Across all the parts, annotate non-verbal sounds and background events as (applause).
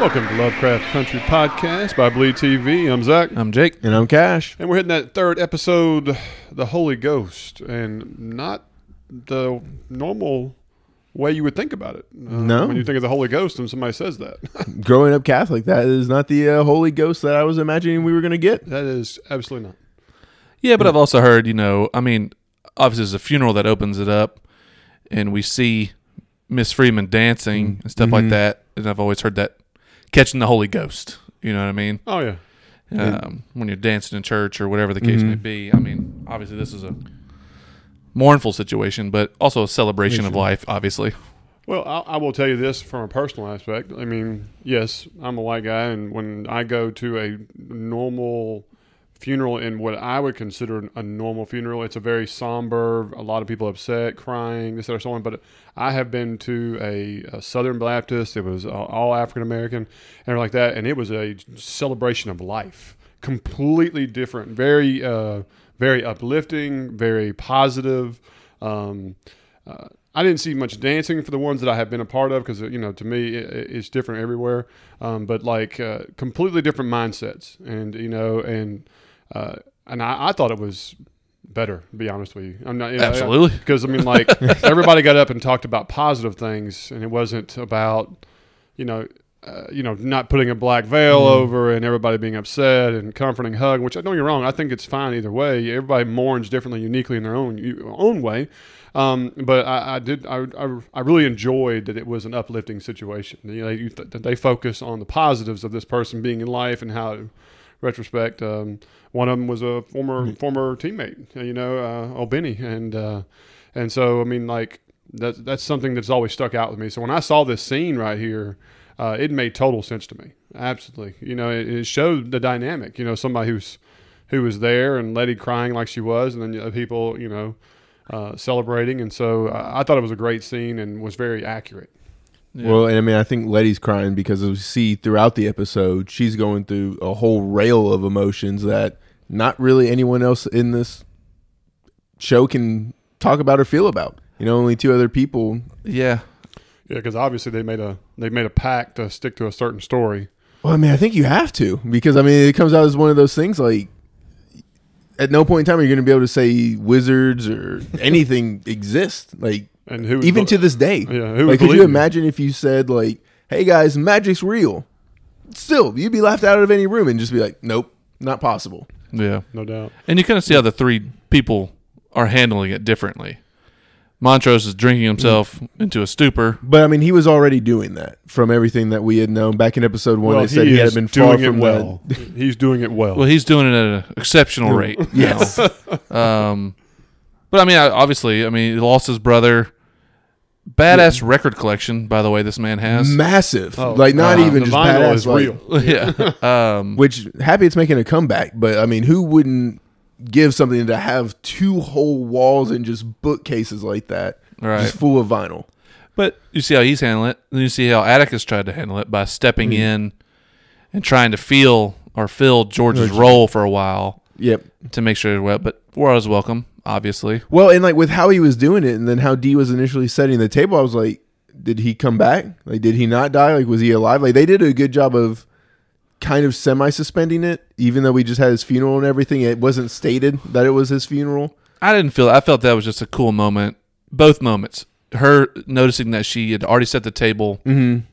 Welcome to Lovecraft Country Podcast by Bleed TV. I'm Zach. I'm Jake. And I'm Cash. And we're hitting that third episode, The Holy Ghost, and not the normal way you would think about it. Uh, No. When you think of the Holy Ghost and somebody says that, Growing up Catholic, that is not the uh, Holy Ghost that I was imagining we were going to get. that is absolutely not. Yeah, but I've also heard, you know, I mean, obviously there's a funeral that opens it up, and we see Miss Freeman dancing and stuff Mm-hmm. like that. And I've always heard that catching the Holy Ghost. You know what I mean? Oh, yeah. Um, when you're dancing in church or whatever the case may Mm-hmm. be. I mean, obviously this is a mournful situation, but also a celebration of life. Obviously, Well, I, I will tell you this from a personal aspect. I mean, yes, I'm a white guy, and when I go to a normal funeral in what I would consider a normal funeral, it's a very somber, a lot of people upset, crying, this, that, or so on. But I have been to a, a Southern Baptist, it was uh, all African American, and like that, and it was a celebration of life. Completely different, very, uh, very uplifting, very positive. Um, uh, I didn't see much dancing for the ones that I have been a part of because you know to me it, it- it's different everywhere. Um, but like uh, completely different mindsets, and you know, and uh, and I, I thought it was better. To be honest with you, I'm not you know, Absolutely. because I mean like everybody got up and talked about positive things, and it wasn't about you know. Uh, you know, not putting a black veil over and everybody being upset and comforting hug, which I don't get me wrong. I think it's fine either way. Everybody mourns differently, uniquely in their own own way. Um, but I, I did. I, I, I really enjoyed that it was an uplifting situation. You know, you th- that they focus on the positives of this person being in life and how. Retrospect, um, one of them was a former former teammate. You know, uh, old Benny, and uh, and so I mean, like that's that's something that's always stuck out with me. So when I saw this scene right here, uh, it made total sense to me. Absolutely, you know, it, it showed the dynamic. You know, somebody who's who was there and Letty crying like she was, and then the other people, you know, uh, celebrating. And so uh, I thought it was a great scene and was very accurate. Well, and I mean, I think Letty's crying because as we see throughout the episode, she's going through a whole rail of emotions that not really anyone else in this show can talk about or feel about. You know, only two other people. yeah. Yeah, because obviously they made a they made a pact to stick to a certain story. Well, I mean, I think you have to because I mean, it comes out as one of those things like at no point in time are you going to be able to say wizards or anything (laughs) exist. Like And who would even bel- to this day. Yeah, who would like, could believe you you? imagine if you said like, "Hey guys, magic's real"? Still, you'd be laughed out of any room and just be like, "Nope, not possible." Yeah. no doubt. And you kind of see how the three people are handling it differently. Montrose is drinking himself into a stupor. But I mean, he was already doing that from everything that we had known back in episode one. I said he, is had been far doing it from well. He's doing it well. Well, he's doing it at an exceptional rate. yes. (laughs) um, but I mean, I, obviously, I mean, he lost his brother. Badass record collection, by the way, this man the has. massive, Oh, like not uh, even the just vinyl badass, is like- real. (laughs) yeah. Um, Which happy it's making a comeback, but I mean, who wouldn't give something to have two whole walls and just bookcases like that, Right. just full of vinyl? but you see how he's handling it. Then you see how Atticus tried to handle it by stepping in and trying to feel or fill George's role for a while Yep, to make sure it went. But was welcome, obviously. Well, and like with how he was doing it, and then how D was initially setting the table, I was like, did he come back? Like, did he not die? Like, was he alive? Like, they did a good job of kind of semi suspending it, even though we just had his funeral and everything. It wasn't stated that it was his funeral. I didn't feel. I felt that was just a cool moment. Both moments, her noticing that she had already set the table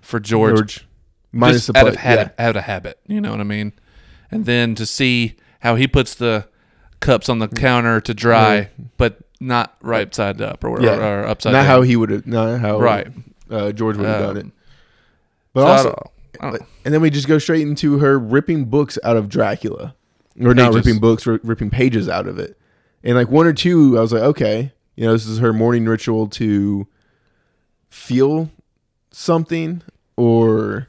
for George, minus Mm-hmm. just the out of play- habit, out of habit. You know what I mean? And then to see how he puts the cups on the Mm. counter to dry, but not right side up or, Yeah. or, or upside Not down. how he would have, not how Right. uh, George would have Um, done it. So But I also, don't- I don't- and then we just go straight into her ripping books out of Dracula, or not Pages. ripping books, ri- ripping pages out of it. And like one or two, I was like, okay, you know, this is her morning ritual to feel something, or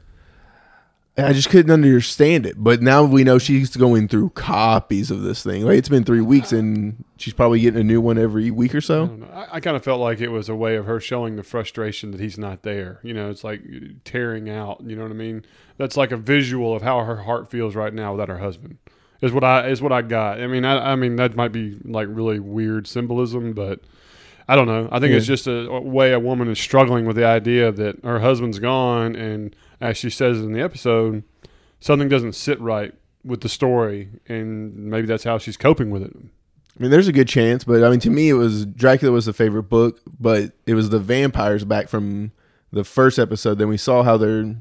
And I just couldn't understand it. But now we know she's going through copies of this thing. Like it's been three weeks, and she's probably getting a new one every week or I so. don't know. I, I kind of felt like it was a way of her showing the frustration that he's not there. You know, it's like uh, tearing out. You know what I mean? That's like a visual of how her heart feels right now without her husband. Is what I is what I got. I mean, I, I mean that might be like really weird symbolism, but I don't know. I think it's Yeah. just a, a way a woman is struggling with the idea that her husband's gone, and as she says in the episode, something doesn't sit right with the story, and maybe that's how she's coping with it. I mean, there's a good chance, but I mean, to me, it was Dracula was the favorite book, but it was the vampires back from the first episode. Then we saw how they're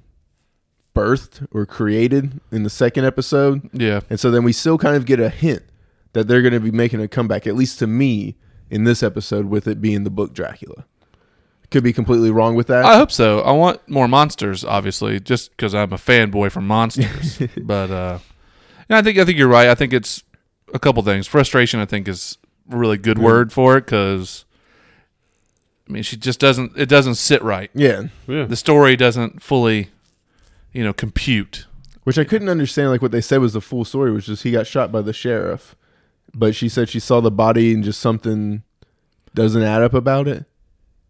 birthed or created in the second episode, Yeah. and so then we still kind of get a hint that they're going to be making a comeback, at least to me, in this episode with it being the book Dracula. Could be completely wrong with that. I hope so. I want more monsters, obviously, just because I'm a fanboy for monsters. but uh, and I think I think you're right. I think it's a couple things. Frustration, I think, is a really good word for it because I mean, she just doesn't. It doesn't sit right. yeah, Yeah. The story doesn't fully, you know, compute. which I couldn't understand. Like what they said was the full story, which is he got shot by the sheriff, but she said she saw the body and just something doesn't add up about it.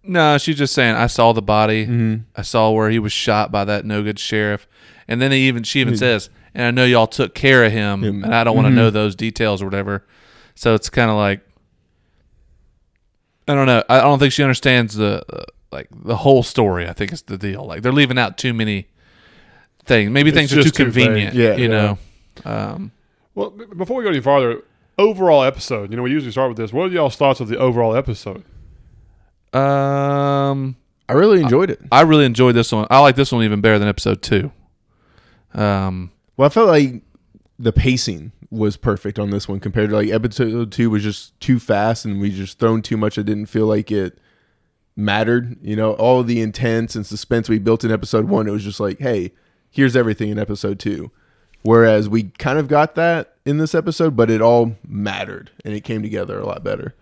No, she's just saying I saw the body. Mm-hmm. I saw where he was shot by that no good sheriff. And then he even she even Hmm. Yeah. says, and I know y'all took care of him, Him. and I don't want to Mhm. know those details or whatever. So it's kind of like I don't know. I I don't think she understands the uh, like the whole story. I think is the deal. Like they're leaving out too many things. Maybe It's things are too just too vague. convenient. Yeah. you Yeah. know. Um, Well, b- before we go any farther, overall episode. You know, we usually start with this. What are y'all's thoughts of the overall episode? um, I really enjoyed it. I really enjoyed this one. I like this one even better than episode two. Um, Well, I felt like the pacing was perfect on this one compared to like episode two was just too fast and we just thrown too much. I didn't feel like it mattered. You know, all the intense and suspense we built in episode one, it was just like, hey, here's everything in episode two. Whereas we kind of got that in this episode, but it all mattered and it came together a lot better.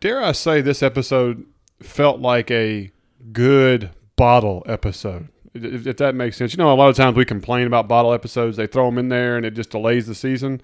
Dare I say this episode felt like a good bottle episode, if, if that makes sense. You know, a lot of times we complain about bottle episodes. They throw them in there and it just delays the season.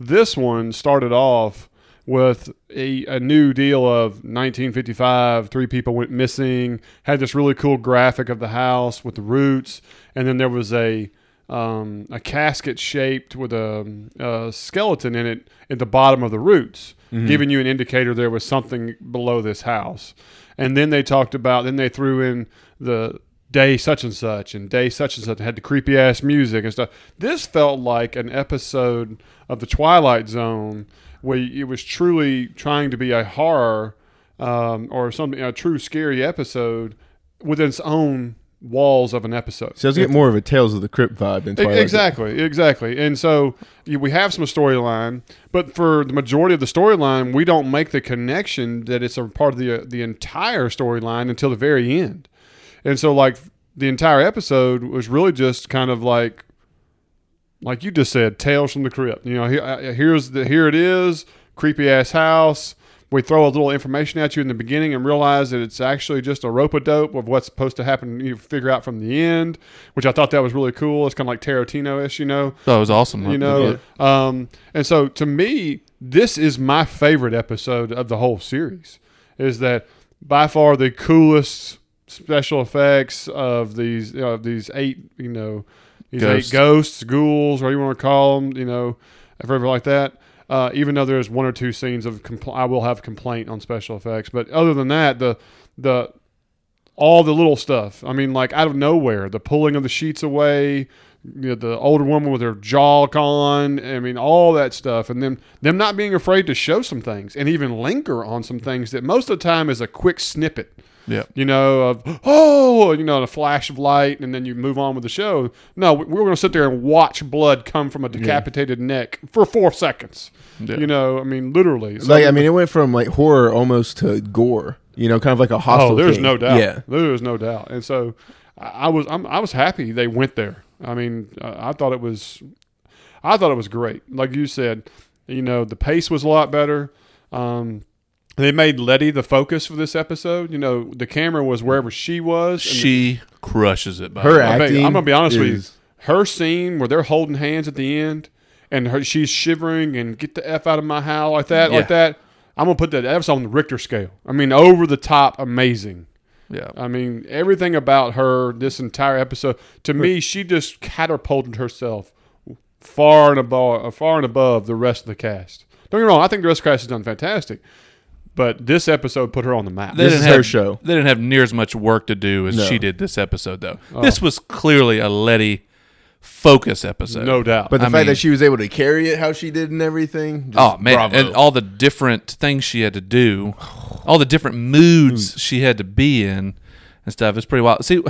This one started off with a, a new deal of 1955. Three people went missing. Had this really cool graphic of the house with the roots, and then there was a um, a casket shaped with a, a skeleton in it at the bottom of the roots, giving you an indicator there was something below this house. And then they talked about. Then they threw in the day such and such and day such and such had the creepy ass music and stuff. This felt like an episode of the Twilight Zone where it was truly trying to be a horror um, or something a true scary episode within its own walls of an episode. So I was getting more of a Tales of the Crypt vibe than E- Twilight. Exactly, exactly. And so you, we have some storyline, but for the majority of the storyline, we don't make the connection that it's a part of the uh, the entire storyline until the very end. And so, like the entire episode was really just kind of like, like you just said, tales from the crypt. You know, here, uh, here's the here it is, creepy ass house. We throw a little information at you in the beginning and realize that it's actually just a rope a dope of what's supposed to happen. You figure out from the end, which I thought that was really cool. It's kind of like Tarantino ish, you know. that was awesome. You know, um, and so to me, this is my favorite episode of the whole series. Is that by far the coolest special effects of these of these eight you know these Ghosts. eight ghosts, ghouls, whatever you want to call them, you know, forever like that. Uh, even though there's one or two scenes of compl- I will have complaint on special effects, but other than that, the the all the little stuff. I mean, like out of nowhere, the pulling of the sheets away, you know, the older woman with her jaw gone. I mean, all that stuff, and then them not being afraid to show some things and even linger on some things that most of the time is a quick snippet yeah. you know, of oh, you know, in a flash of light, and then you move on with the show. No, we- we're going to sit there and watch blood come from a decapitated neck for four seconds. Yeah. You know, I mean, literally. So- Like I mean, it went from like horror almost to gore. You know, kind of like a hostile. oh, there's thing. no doubt. Yeah, there's no doubt. And so, I I was, I'm, I was happy they went there. I mean, uh, I thought it was, I thought it was great. Like you said, you know, the pace was a lot better. Um, they made Letty the focus for this episode. You know, the camera was wherever she was. and the- She crushes it. By the her way. I think- acting. I'm gonna be honest with you. is- her scene where they're holding hands at the end and her, she's shivering and get the f out of my house like that Yeah. like that i'm gonna put that that's on the richter scale i mean over the top amazing Yeah. i mean everything about her this entire episode to me she just catapulted herself far and above far and above the rest of the cast don't get me wrong i think the rest of the cast has done fantastic but this episode put her on the map They This didn't is her have- show. They didn't have near as much work to do as No. Oh. she did this episode, though. This was clearly a Letty focus episode. no doubt But I the fact mean- that she was able to carry it, how she did, and everything. just Oh man, bravo. and all the different things she had to do, all the different Mm. moods she had to be in and stuff. It's pretty wild. See,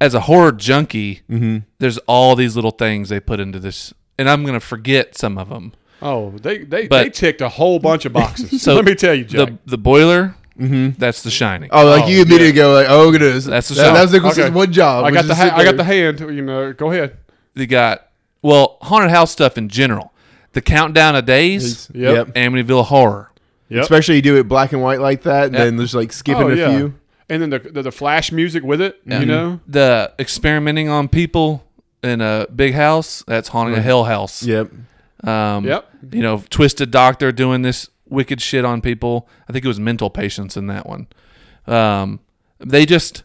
as a horror junkie, Mm-hmm. there's all these little things they put into this, and I'm gonna forget some of them. Oh, they they, But- they ticked a whole bunch of (laughs) boxes. So Let me tell you, Jack. The the boiler, mm-hmm. that's The Shining. oh, like Oh, you immediately go like, oh, it is. That's the that, show. that was Nicholson's Okay. one job. I uh, was got the just ha- sit I got the there. hand. You know, go ahead. They got well haunted house stuff in general. The Countdown of Days, Yep. Yep. Amityville Horror. Yep. Especially you do it black and white like that, and Yeah. then just like skipping Oh, a few. And then the, the the flash music with it. You Mm-hmm. know, the experimenting on people in a big house that's haunting a hell house. Yep. Um, Yep. You know, twisted doctor doing this wicked shit on people. I think it was mental patients in that one. Um, they just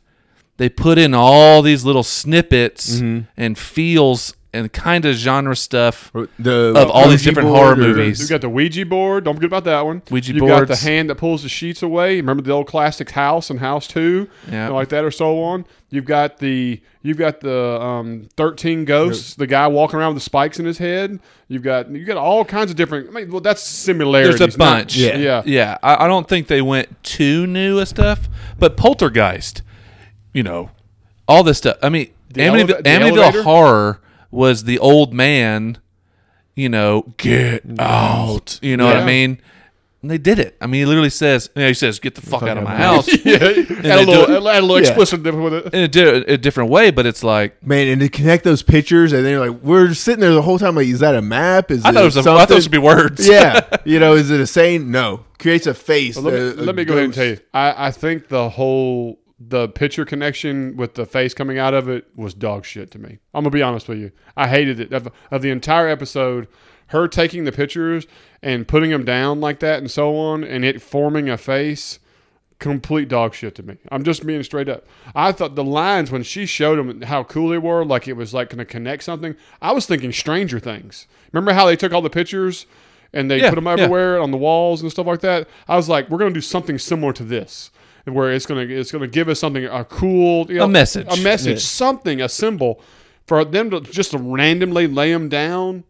they put in all these little snippets and feels and kind of genre stuff. The Of all these Ouija different board horror or- movies. you got the Ouija board. Don't forget about that one. Ouija you got the boards. hand that pulls the sheets away. Remember the old classic House and House Two, Yeah. and like that or so on. You've got the you've got the um, thirteen ghosts. The guy walking around with the spikes in his head. You've got you got all kinds of different. I mean, well, that's similarities. not- bunch. Yeah. yeah. Yeah, I, I don't think they went too new with stuff, but Poltergeist, you know, all this stuff. I mean, eleva- Amityville, the Amityville elevator? Horror was the old man, you know, get out. You know what I Yeah. mean? And they did it. I mean, he literally says, yeah, he says, get the fuck, out of my house. (laughs) (laughs) yeah, add they a do little, add a little Yeah. explicit with it. In a, di- a different way, but it's like, Man, and to connect those pictures, and then you're like, we're sitting there the whole time. Like, is that a map? Is I thought it was, a, I thought it (laughs) something? was to be words. yeah, you know, is it a saying? No, creates a face. Let me, a- a let me go ahead and uh, ghost. tell you. I, I think the whole the picture connection with the face coming out of it was dog shit to me. I'm gonna be honest with you. I hated it of, of the entire episode. Her taking the pictures and putting them down like that and so on, and it forming a face. Complete dog shit to me. I'm just being straight up. I thought the lines when she showed them how cool they were, like it was like going to connect something. I was thinking Stranger Things. Remember how they took all the pictures and they Yeah, put them yeah. everywhere? everywhere, on the walls and stuff like that. I was like, we're gonna do something similar to this, where it's gonna it's gonna give us something a cool you know, A message. a message, something, a symbol for them to just randomly lay them down.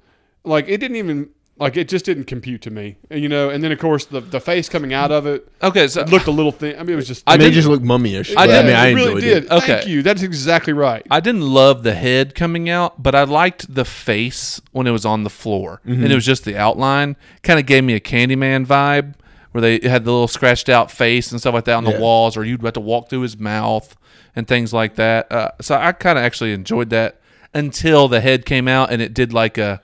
Like it didn't even like it just didn't compute to me, and, you know. And then of course the the face coming out of it Okay, so looked a little thin. I mean, it was just. I I mean, it didn't- just looked mummyish. I I, I didn't- mean, I it really enjoyed did. it. Thank Okay. you. That's exactly right. I didn't love the head coming out, but I liked the face when it was on the floor, Mm-hmm. and it was just the outline. Kind of gave me a Candyman vibe, where they had the little scratched out face and stuff like that on Yeah. the walls, or you'd have to walk through his mouth and things like that. Uh, so I kind of actually enjoyed that until the head came out and it did like a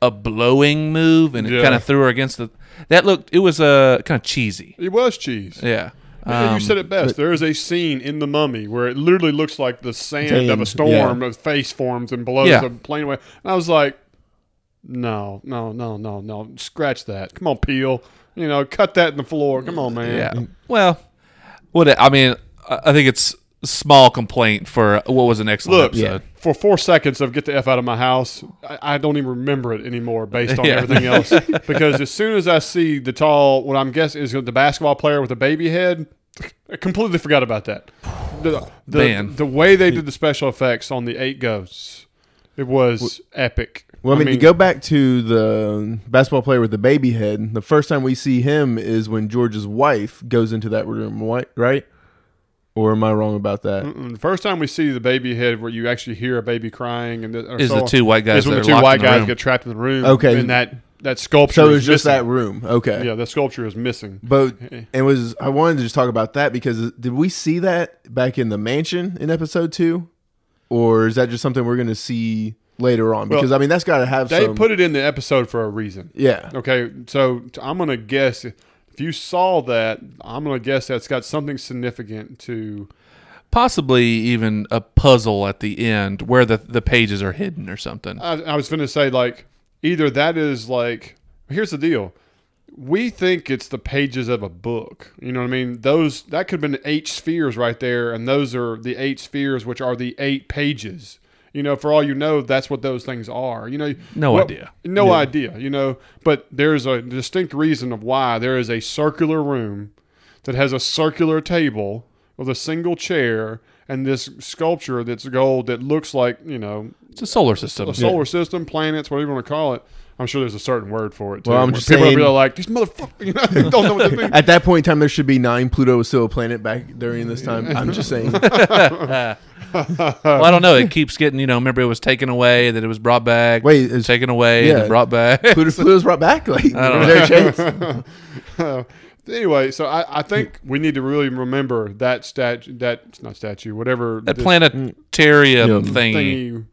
a blowing move, and it Yeah. kind of threw her against the. That looked it was uh, kind of cheesy. it was cheese. Yeah. um, you said it best. there is a scene in the Mummy where it literally looks like the sand of a Sand, yeah. storm of face forms and blows Yeah. a plane away. And I was like, no, no, no, no, no. Scratch that. Come on, Peel. You know, cut that in the floor. Come on, man. Yeah. Well, what I mean, I I think it's a small complaint for what was an excellent Look, episode. for four seconds of get the f out of my house, I, I don't even remember it anymore based on Yeah. (laughs) everything else. Because as soon as I see the tall, what I'm guessing is the basketball player with the baby head, I completely forgot about that. The, the, Man. the way they did the special effects on the eight ghosts, it was epic. Well, I mean, to go back to the basketball player with the baby head, the first time we see him is when George's wife goes into that room, whi- right? Or am I wrong about that? mm, the first time we see the baby head, where you actually hear a baby crying, and the, or Is so the on, two white guys is when that the are two locked white in the guys room. get trapped in the room. Okay. and that that sculpture. So it is was just that missing. room. Okay. Yeah, that sculpture is missing. But and was I wanted to just talk about that because did we see that back in the mansion in episode two, or is that just something we're going to see later on? Because I mean that's got to have They some. put it in the episode for a reason. yeah, Okay, so t- I'm gonna guess if you saw that, I'm gonna guess that's got something significant to possibly even a puzzle at the end where the the pages are hidden or something. I, I was going to say like either that is like here's the deal. We think it's the pages of a book. You know what I mean? Those that could have been eight spheres right there, and those are the eight spheres, which are the eight pages. You know, for all you know, that's what those things are. You know, No well, idea. no idea. You know, but there's a distinct reason of why there is a circular room that has a circular table with a single chair and this sculpture that's gold that looks like you know It's a solar system. a solar system, planets, whatever you want to call it. I'm sure there's a certain word for it. Too, Well, I'm where just people saying- are really like these motherfuckers. (laughs) You know, they don't know what they (laughs) mean. At that point in time, there should be nine. Pluto was still a planet back during this time. I'm (laughs) just saying. well, I don't know. It keeps getting, you know, remember it was taken away, then it was brought back. Wait, is taken away and yeah. then brought back. (laughs) Pluto, Pluto's brought back? Like, is don't there a chance? Uh, anyway, so I, I think we need to really remember that statue. That's not statue. Whatever that this planetarium Yeah. thingy. thingy,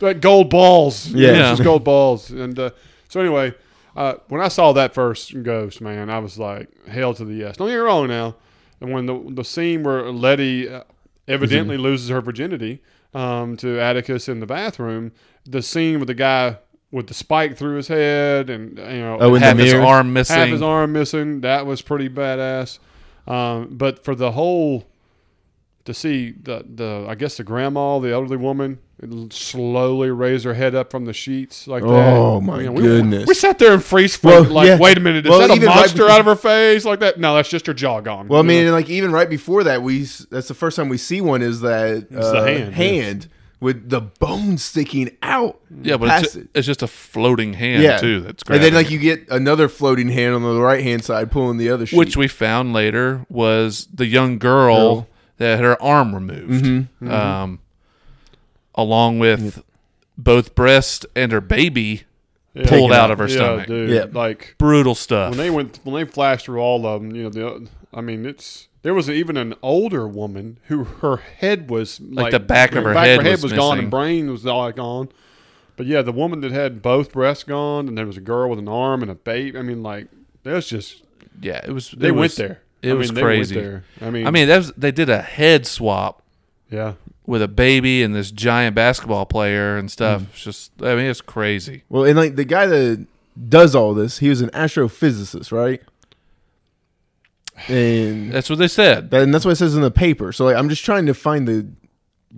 that gold balls. Yeah. Yeah, just Yeah. gold balls. And uh, so anyway, uh, when I saw that first ghost, man, I was like, hell to the yes. Don't get me wrong now. And when the the scene where Letty uh, evidently loses her virginity um, to Atticus in the bathroom, the scene with the guy with the spike through his head and you know Oh, in the half his mirror. arm missing. half his arm missing. That was pretty badass. Um, but for the whole, to see the the I guess the grandma, the elderly woman, slowly raise her head up from the sheets like that. Oh, my You know, we- goodness. We sat there and freeze Well, framed. like, yeah. wait a minute, is Well, that a even right monster be- out of her face like that? No, that's just her jaw gone. Well, I You mean, know? like even right before that, we s- that's the first time we see one is that uh, It's the hand, yeah. hand with the bone sticking out. yeah, but past it's, it. it's just a floating hand too. That's great. And then like you get another floating hand on the right hand side pulling the other sheet. which we found later was the young girl, Girl. that had her arm removed, Mm-hmm, Um, along with both breast and her baby Yeah. pulled out of her yeah, stomach. dude, Yeah. like Brutal stuff. when they went when they flashed through all of them. You know, the, I mean, it's. There was even an older woman who her head was like, the back of her back head her head was was, gone missing. and brain was all gone. But yeah, the woman that had both breasts gone, and there was a girl with an arm and a baby. I mean, like that's just yeah, it was. they it went was- there. It I was mean, they went crazy. there. I mean, I mean, that was, they did a head swap yeah, with a baby and this giant basketball player and Mm-hmm. stuff. It's just, I mean, it's crazy. well, and like the guy that does all this, he was an astrophysicist, right? And That's what they said. that, and that's what it says in the paper. So like, I'm just trying to find the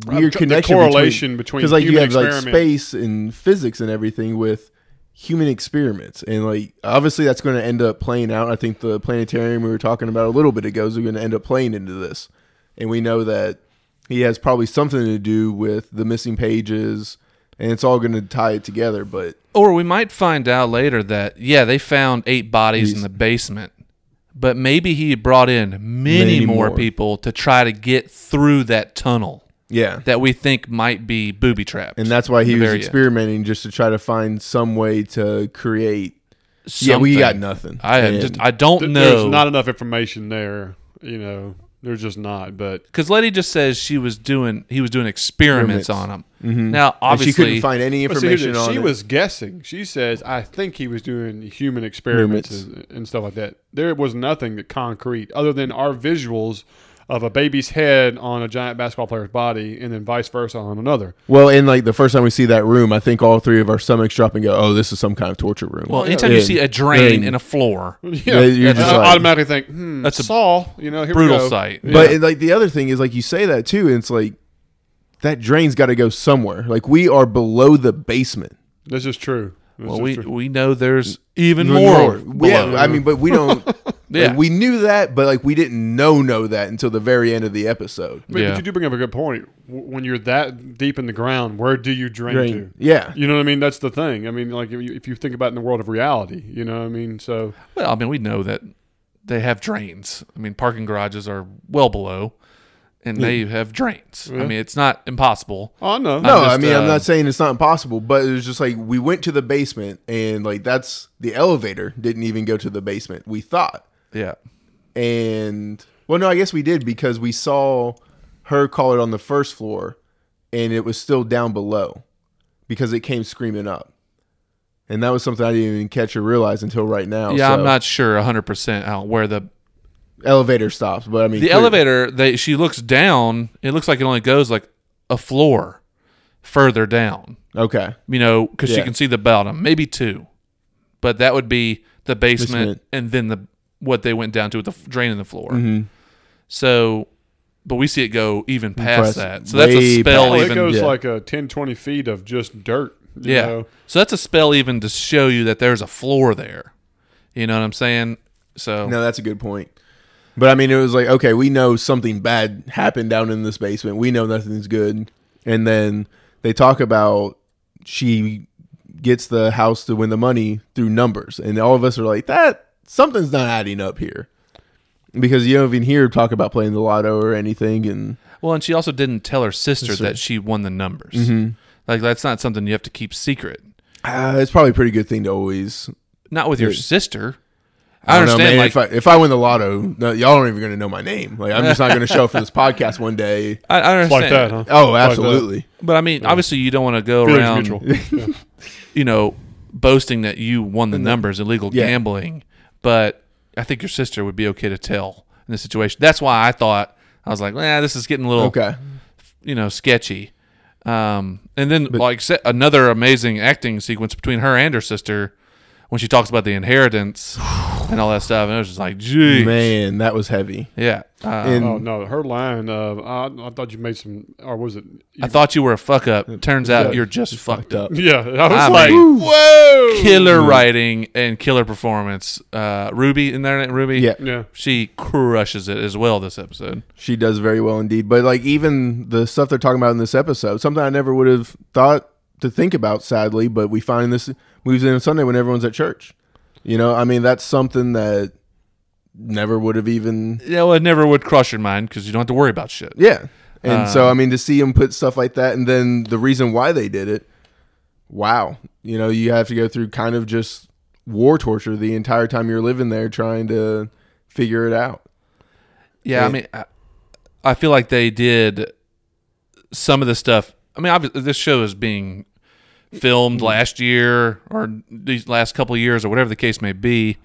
I'm weird tr- the connection, correlation between because like you human have like experiment. space and physics and everything with human experiments, and like obviously that's going to end up playing out. I think the planetarium we were talking about a little bit ago is going to end up playing into this, and we know that he has probably something to do with the missing pages, and it's all going to tie it together. But Or we might find out later that, yeah, they found eight bodies in the basement, but maybe he brought in many, Many more, more. people to try to get through that tunnel yeah, that we think might be booby trapped. and that's why The he was very end. experimenting just to try to find some way to create. Yeah, we got nothing. I And- just I don't Th- know there's not enough information there. You know, there's just not. But because Letty just says she was doing he was doing experiments, Experiments. Mm-hmm. on him. Now and she obviously couldn't find any But see, here's information the- on she it. was guessing. She says, "I think he was doing human experiments and, and stuff like that." There was nothing that concrete other than our visuals of a baby's head on a giant basketball player's body, and then vice versa on another. (laughs) Well, and like the first time we see that room, I think all three of our stomachs drop and go, "Oh, this is some kind of torture room." Well, anytime you And- see a drain and- in (laughs) a floor, Yeah, you're and just I like- automatically think hmm, That's that's a a Saul. You know, here we brutal go. sight. but and, like the other thing is, like you say that too, and it's like that drain's got to go somewhere. Like we are below the basement. This is true. This well, is we true. we know there's even more. yeah. below. I mean, but (laughs) we don't. Yeah. like, we knew that, but like we didn't know know that until the very end of the episode. But, Yeah. but you do bring up a good point. W- When you're that deep in the ground, where do you drain, Drain. Yeah, to? You know what I mean? That's the thing. I mean, like if you, if you think about it in the world of reality, you know what I mean? So Well, I mean, we know that they have drains. I mean, parking garages are well below, and they have drains. I mean, it's not impossible. I know. No, I'm I just, mean, I'm uh, not saying it's not impossible, but it was just like we went to the basement, and like that's the elevator didn't even go to the basement. We thought, Yeah, and well, no, I guess we did because we saw her call it on the first floor, and it was still down below because it came screaming up, and that was something I didn't even catch or realize until right now. yeah. so- I'm not sure 100 percent how where the elevator stops, but I mean The clear- elevator, they she looks down. It looks like it only goes like a floor further down. Okay, You know, because she Yeah. can see the bottom, maybe two, but that would be the basement, Basement. Mm-hmm. and then the what they went down to with the f- drain in the floor. So, but we see it go even past Press that. So that's a way spell Oh, it even. goes yeah. like a 10, 20 feet of just dirt. you Yeah. know? So that's a spell even to show you that there's a floor there. You know what I'm saying? So no, that's a good point. But I mean, it was like okay, we know something bad happened down in this basement. We know nothing's good, and then they talk about she gets the house to win the money through numbers, and all of us are like that something's not adding up here because you don't even hear talk about playing the lotto or anything, and well, and she also didn't tell her sister Sister. Mm-hmm. that she won the numbers. Like that's not something you have to keep secret. uh, it's probably a pretty good thing to always Not with your Yeah. sister. I, understand. Know, man. like, if I if I win the lotto, no, y'all aren't even going to know my name. Like I'm just not going to show up for (laughs) this podcast one day. I, I It's like understand. that, huh? Oh, Like that. absolutely. But I mean, obviously, you don't want to go Feelings around, mutual. (laughs) Yeah. you know, boasting that you won the numbers, illegal Yeah. gambling. But I think your sister would be okay to tell in this situation. That's why I thought I was like, nah, this is getting a little Okay. you know, sketchy. Um, and then like se- another amazing acting sequence between her and her sister when she talks about the inheritance and all that stuff. And it was just like, gee, Man, that was heavy. yeah. Uh, And Oh no, her line of I, I thought you made some, or was it? I thought you were a fuck up. Turns out you're just fucked fucked up. up. yeah, (laughs) I was I like, mean- whoa, Killer writing and killer performance. Uh, Ruby in there, Ruby. Yeah. Yeah, She crushes it as well this episode. she does very well indeed. But like even the stuff they're talking about in this episode, something I never would have thought to think about, sadly, but we find this moves in on Sunday when everyone's at church. You know, I mean that's something that never would have even Yeah, well, it never would cross your mind because you don't have to worry about shit. Yeah. And so Um, I mean to see him put stuff like that and then the reason why they did it, wow. You know, you have to go through kind of just war torture the entire time you're living there trying to figure it out. Yeah, I Yeah. mean, I, I feel like they did some of the stuff. I mean, obviously, this show is being filmed last year or these last couple of years or whatever the case may be.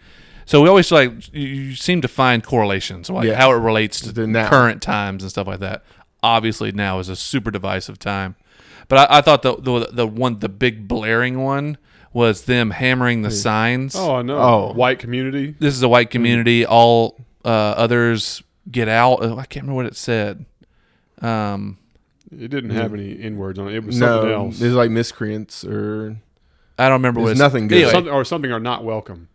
So we always like you, you seem to find correlations, like Yeah. how it relates to The now. current times and stuff like that. Obviously, now is a super divisive time, but I, I thought the, the the one the big blaring one was them hammering the signs oh I know, Oh. white community. this is a Mm-hmm. white community. All uh, others get out. Oh, I can't remember what it said. Um, It didn't have any n words on it. It was something No, else, there's like miscreants or I don't remember what There's it nothing good. Anyway, something, or something are not welcome,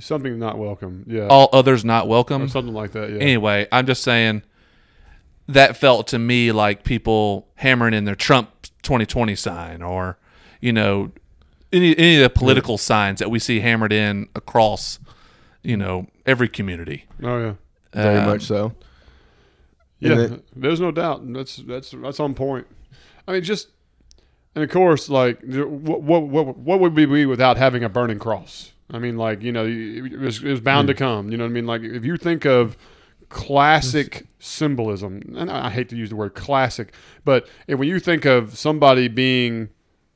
something not welcome. Yeah, all others not or welcome. something like that. Yeah, Um, Anyway, I'm just saying that felt to me like people hammering in their Trump 2020 sign or you know any any of the political signs that we see hammered in across you know every community. oh yeah. very Um, much so. Yeah, And it- there's no doubt. And That's that's that's on point. I mean, just and of course, like what what what, what would we be without having a burning cross? I mean, like you know, it was, it was bound Mm. to come. You know what I mean? Like if you think of classic symbolism, and I I hate to use the word classic, but if, when you think of somebody being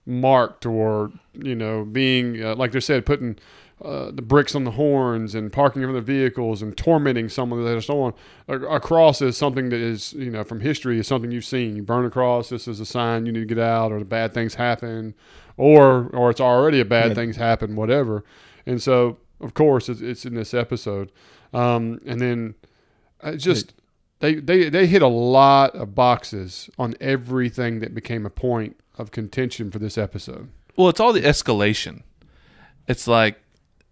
marked or you know being uh, like they said putting uh, the bricks on the horns and parking in front of the vehicles and tormenting someone that is so on a, a cross is something that is you know from history is something you've seen you burn a cross this is a sign you need to get out or the bad things happen or or it's already a bad Yeah. things happen whatever and so of course it's, it's in this episode um, and then I just they, they they hit a lot of boxes on everything that became a point of contention for this episode. Well, it's all the escalation. It's like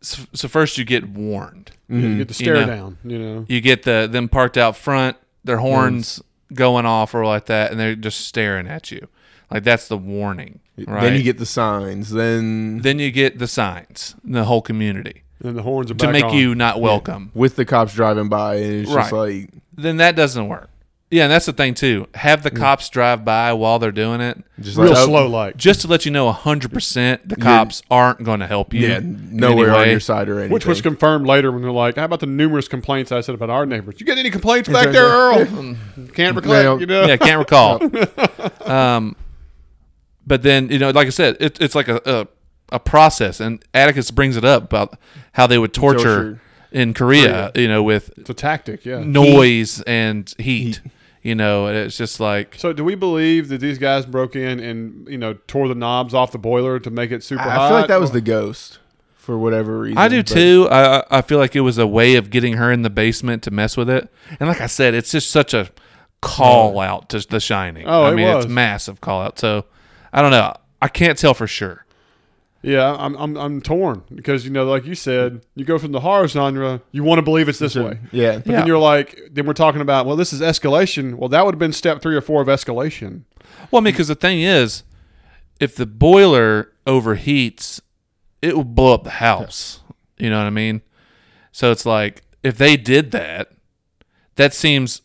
so, so first you get warned. You get the You stare know. down, you know. you get the them parked out front, their horns going off or like that, and they're just staring at you. Like that's the warning, right? Then you get the signs. Then Then you get the signs, and the whole community And the horns are to back make on. you not welcome. with the cops driving by, and it's just like Then that doesn't work. Yeah, and that's the thing too. Have the Mm. cops drive by while they're doing it, just real like, oh, slow like. just to let you know hundred percent the cops aren't going to help you. Yeah, in nowhere any on way. your side or anything. Which was confirmed later when they're like, "How about the numerous complaints I said about our neighbors? You get any complaints back there, Earl? (laughs) Can't Well, recollect, you know." yeah, (laughs) can't recall. um, but then you know, like I said, it, it's like a, a a process, and Atticus brings it up about how they would torture, Torture. in Korea, you know, with It's a tactic, yeah. noise and heat, You know, and it's just like So, do we believe that these guys broke in and you know tore the knobs off the boiler to make it super hot? I feel like that was the ghost for whatever reason. I do but- too. I I- I feel like it was a way of getting her in the basement to mess with it. And like I said, it's just such a call out to The Shining. Oh, I it mean, was. it's massive call out. So I don't know. I can't tell for sure. Yeah, I'm, I'm I'm torn because you know, like you said, you go from the horror genre, you want to believe it's this way, Yeah. but then you're like, then we're talking about, well, this is escalation. Well, that would have been step three or four of escalation. Well, I mean, because the thing is, if the boiler overheats, it will blow up the house. You know what I mean? So it's like if they did that, that seems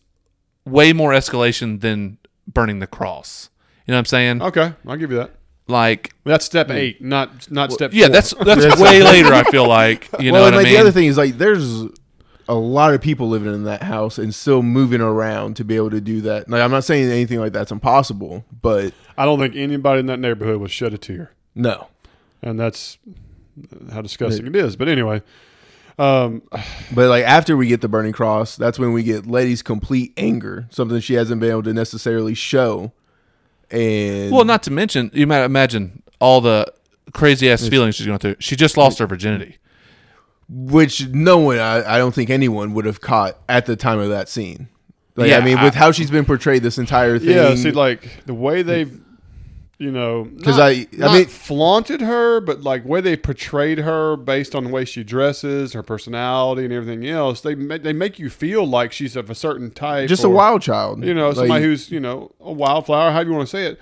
way more escalation than burning the cross. You know what I'm saying? Okay, I'll give you that. Like That's step eight, not not step. Yeah, four. (laughs) that's that's way later. I feel like you know well, what and I like mean. the other thing is like there's a lot of people living in that house and still moving around to be able to do that. Like I'm not saying anything like that's impossible, but I don't think anybody in that neighborhood would shed a tear, no. and that's how disgusting it is. But anyway, um, But like after we get the burning cross, that's when we get Letty's complete anger, something she hasn't been able to necessarily show. And well, not to mention, you might imagine all the crazy ass feelings she's going through. She just lost her virginity. which no one, I, I don't think anyone would have caught at the time of that scene. Like Yeah, I mean, I- with how she's been portrayed this entire thing, yeah, see, like the way they've. You know, 'Cause not- I- I not mean- flaunted her, but like way they portrayed her based on the way she dresses, her personality, and everything else, they ma- they make you feel like she's of a certain type, just a or, wild child. you know, Like, somebody who's you know a wildflower, however you want to say it.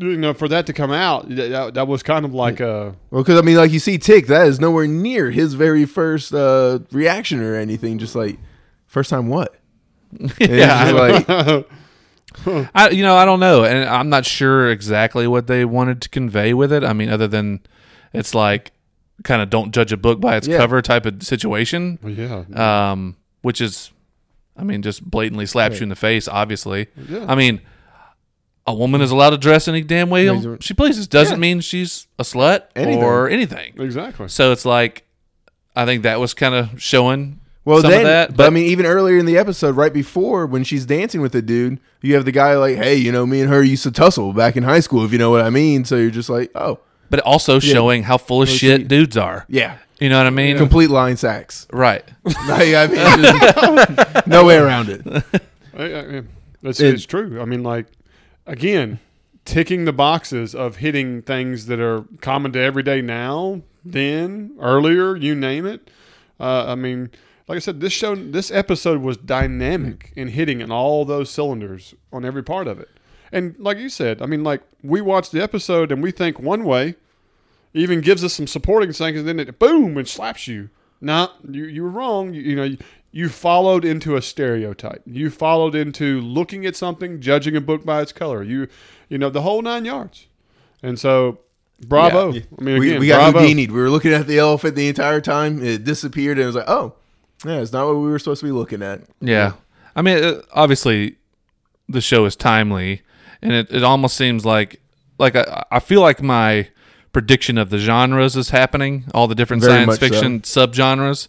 You know, for that to come out, that, that, that was kind of like a Well, because I mean, like you see, Tick that is nowhere near his very first uh, reaction or anything. Just like first (laughs) time, what? yeah, like I, you know, I don't know, and I'm not sure exactly what they wanted to convey with it. I mean, other than it's like kind of don't judge a book by its Yeah. cover type of situation, (laughs) yeah, um, which is, I mean, just blatantly slaps you in the face. Obviously, Yeah. I mean. A woman is allowed to dress any damn way Razor- she pleases. Doesn't mean she's a slut Anything. or anything. exactly. So it's like, I think that was kind of showing well, some then, of that. but, I mean, even earlier in the episode, right before when she's dancing with the dude, you have the guy like, hey, you know, me and her used to tussle back in high school, if you know what I mean. So you're just like, oh, but also showing how full of shit dudes are. yeah, You know what I mean? complete line sacks. (laughs) Right. Like, I mean, (laughs) just- no way around it. I, I, it's, And- it's true. I mean, like again, ticking the boxes of hitting things that are common to everyday now, then earlier, you name it. Uh, I mean, like I said, this show, this episode was dynamic in hitting in all those cylinders on every part of it. And like you said, I mean, like we watch the episode and we think one way, even gives us some supporting things, and then it boom and slaps you. No, you you were wrong. You, you know, you, you followed into a stereotype. You followed into looking at something, judging a book by its color. You, you know, the whole nine yards. And so, bravo. I mean, we, again, we got bravo. Houdini. We were looking at the elephant the entire time. It disappeared, and it was like, oh, yeah, it's not what we were supposed to be looking at. Yeah. I mean, uh, obviously, the show is timely, and it, it almost seems like like I, I feel like my prediction of the genres is happening. All the different Very science much so. fiction subgenres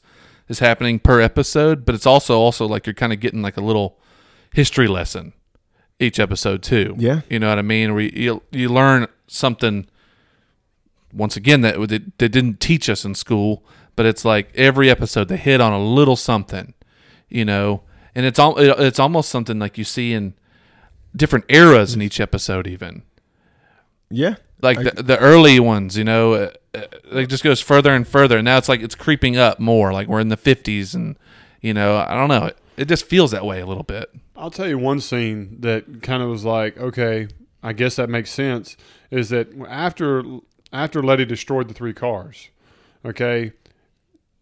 is happening per episode, but it's also also like you're kind of getting like a little history lesson each episode too. Yeah. you know what I mean. Where you you, you learn something once again that they, they didn't teach us in school, but it's like every episode they hit on a little something, you know, and it's al- it- it's almost something like you see in different eras in each episode, even Yeah. like the, the early ones, you know, uh, uh, it just goes further and further. And now it's like it's creeping up more. Like we're in the fifties, and you know, I don't know, it, it just feels that way a little bit. I'll tell you one scene that kind of was like, okay, I guess that makes sense. Is that after after Letty destroyed the three cars, okay,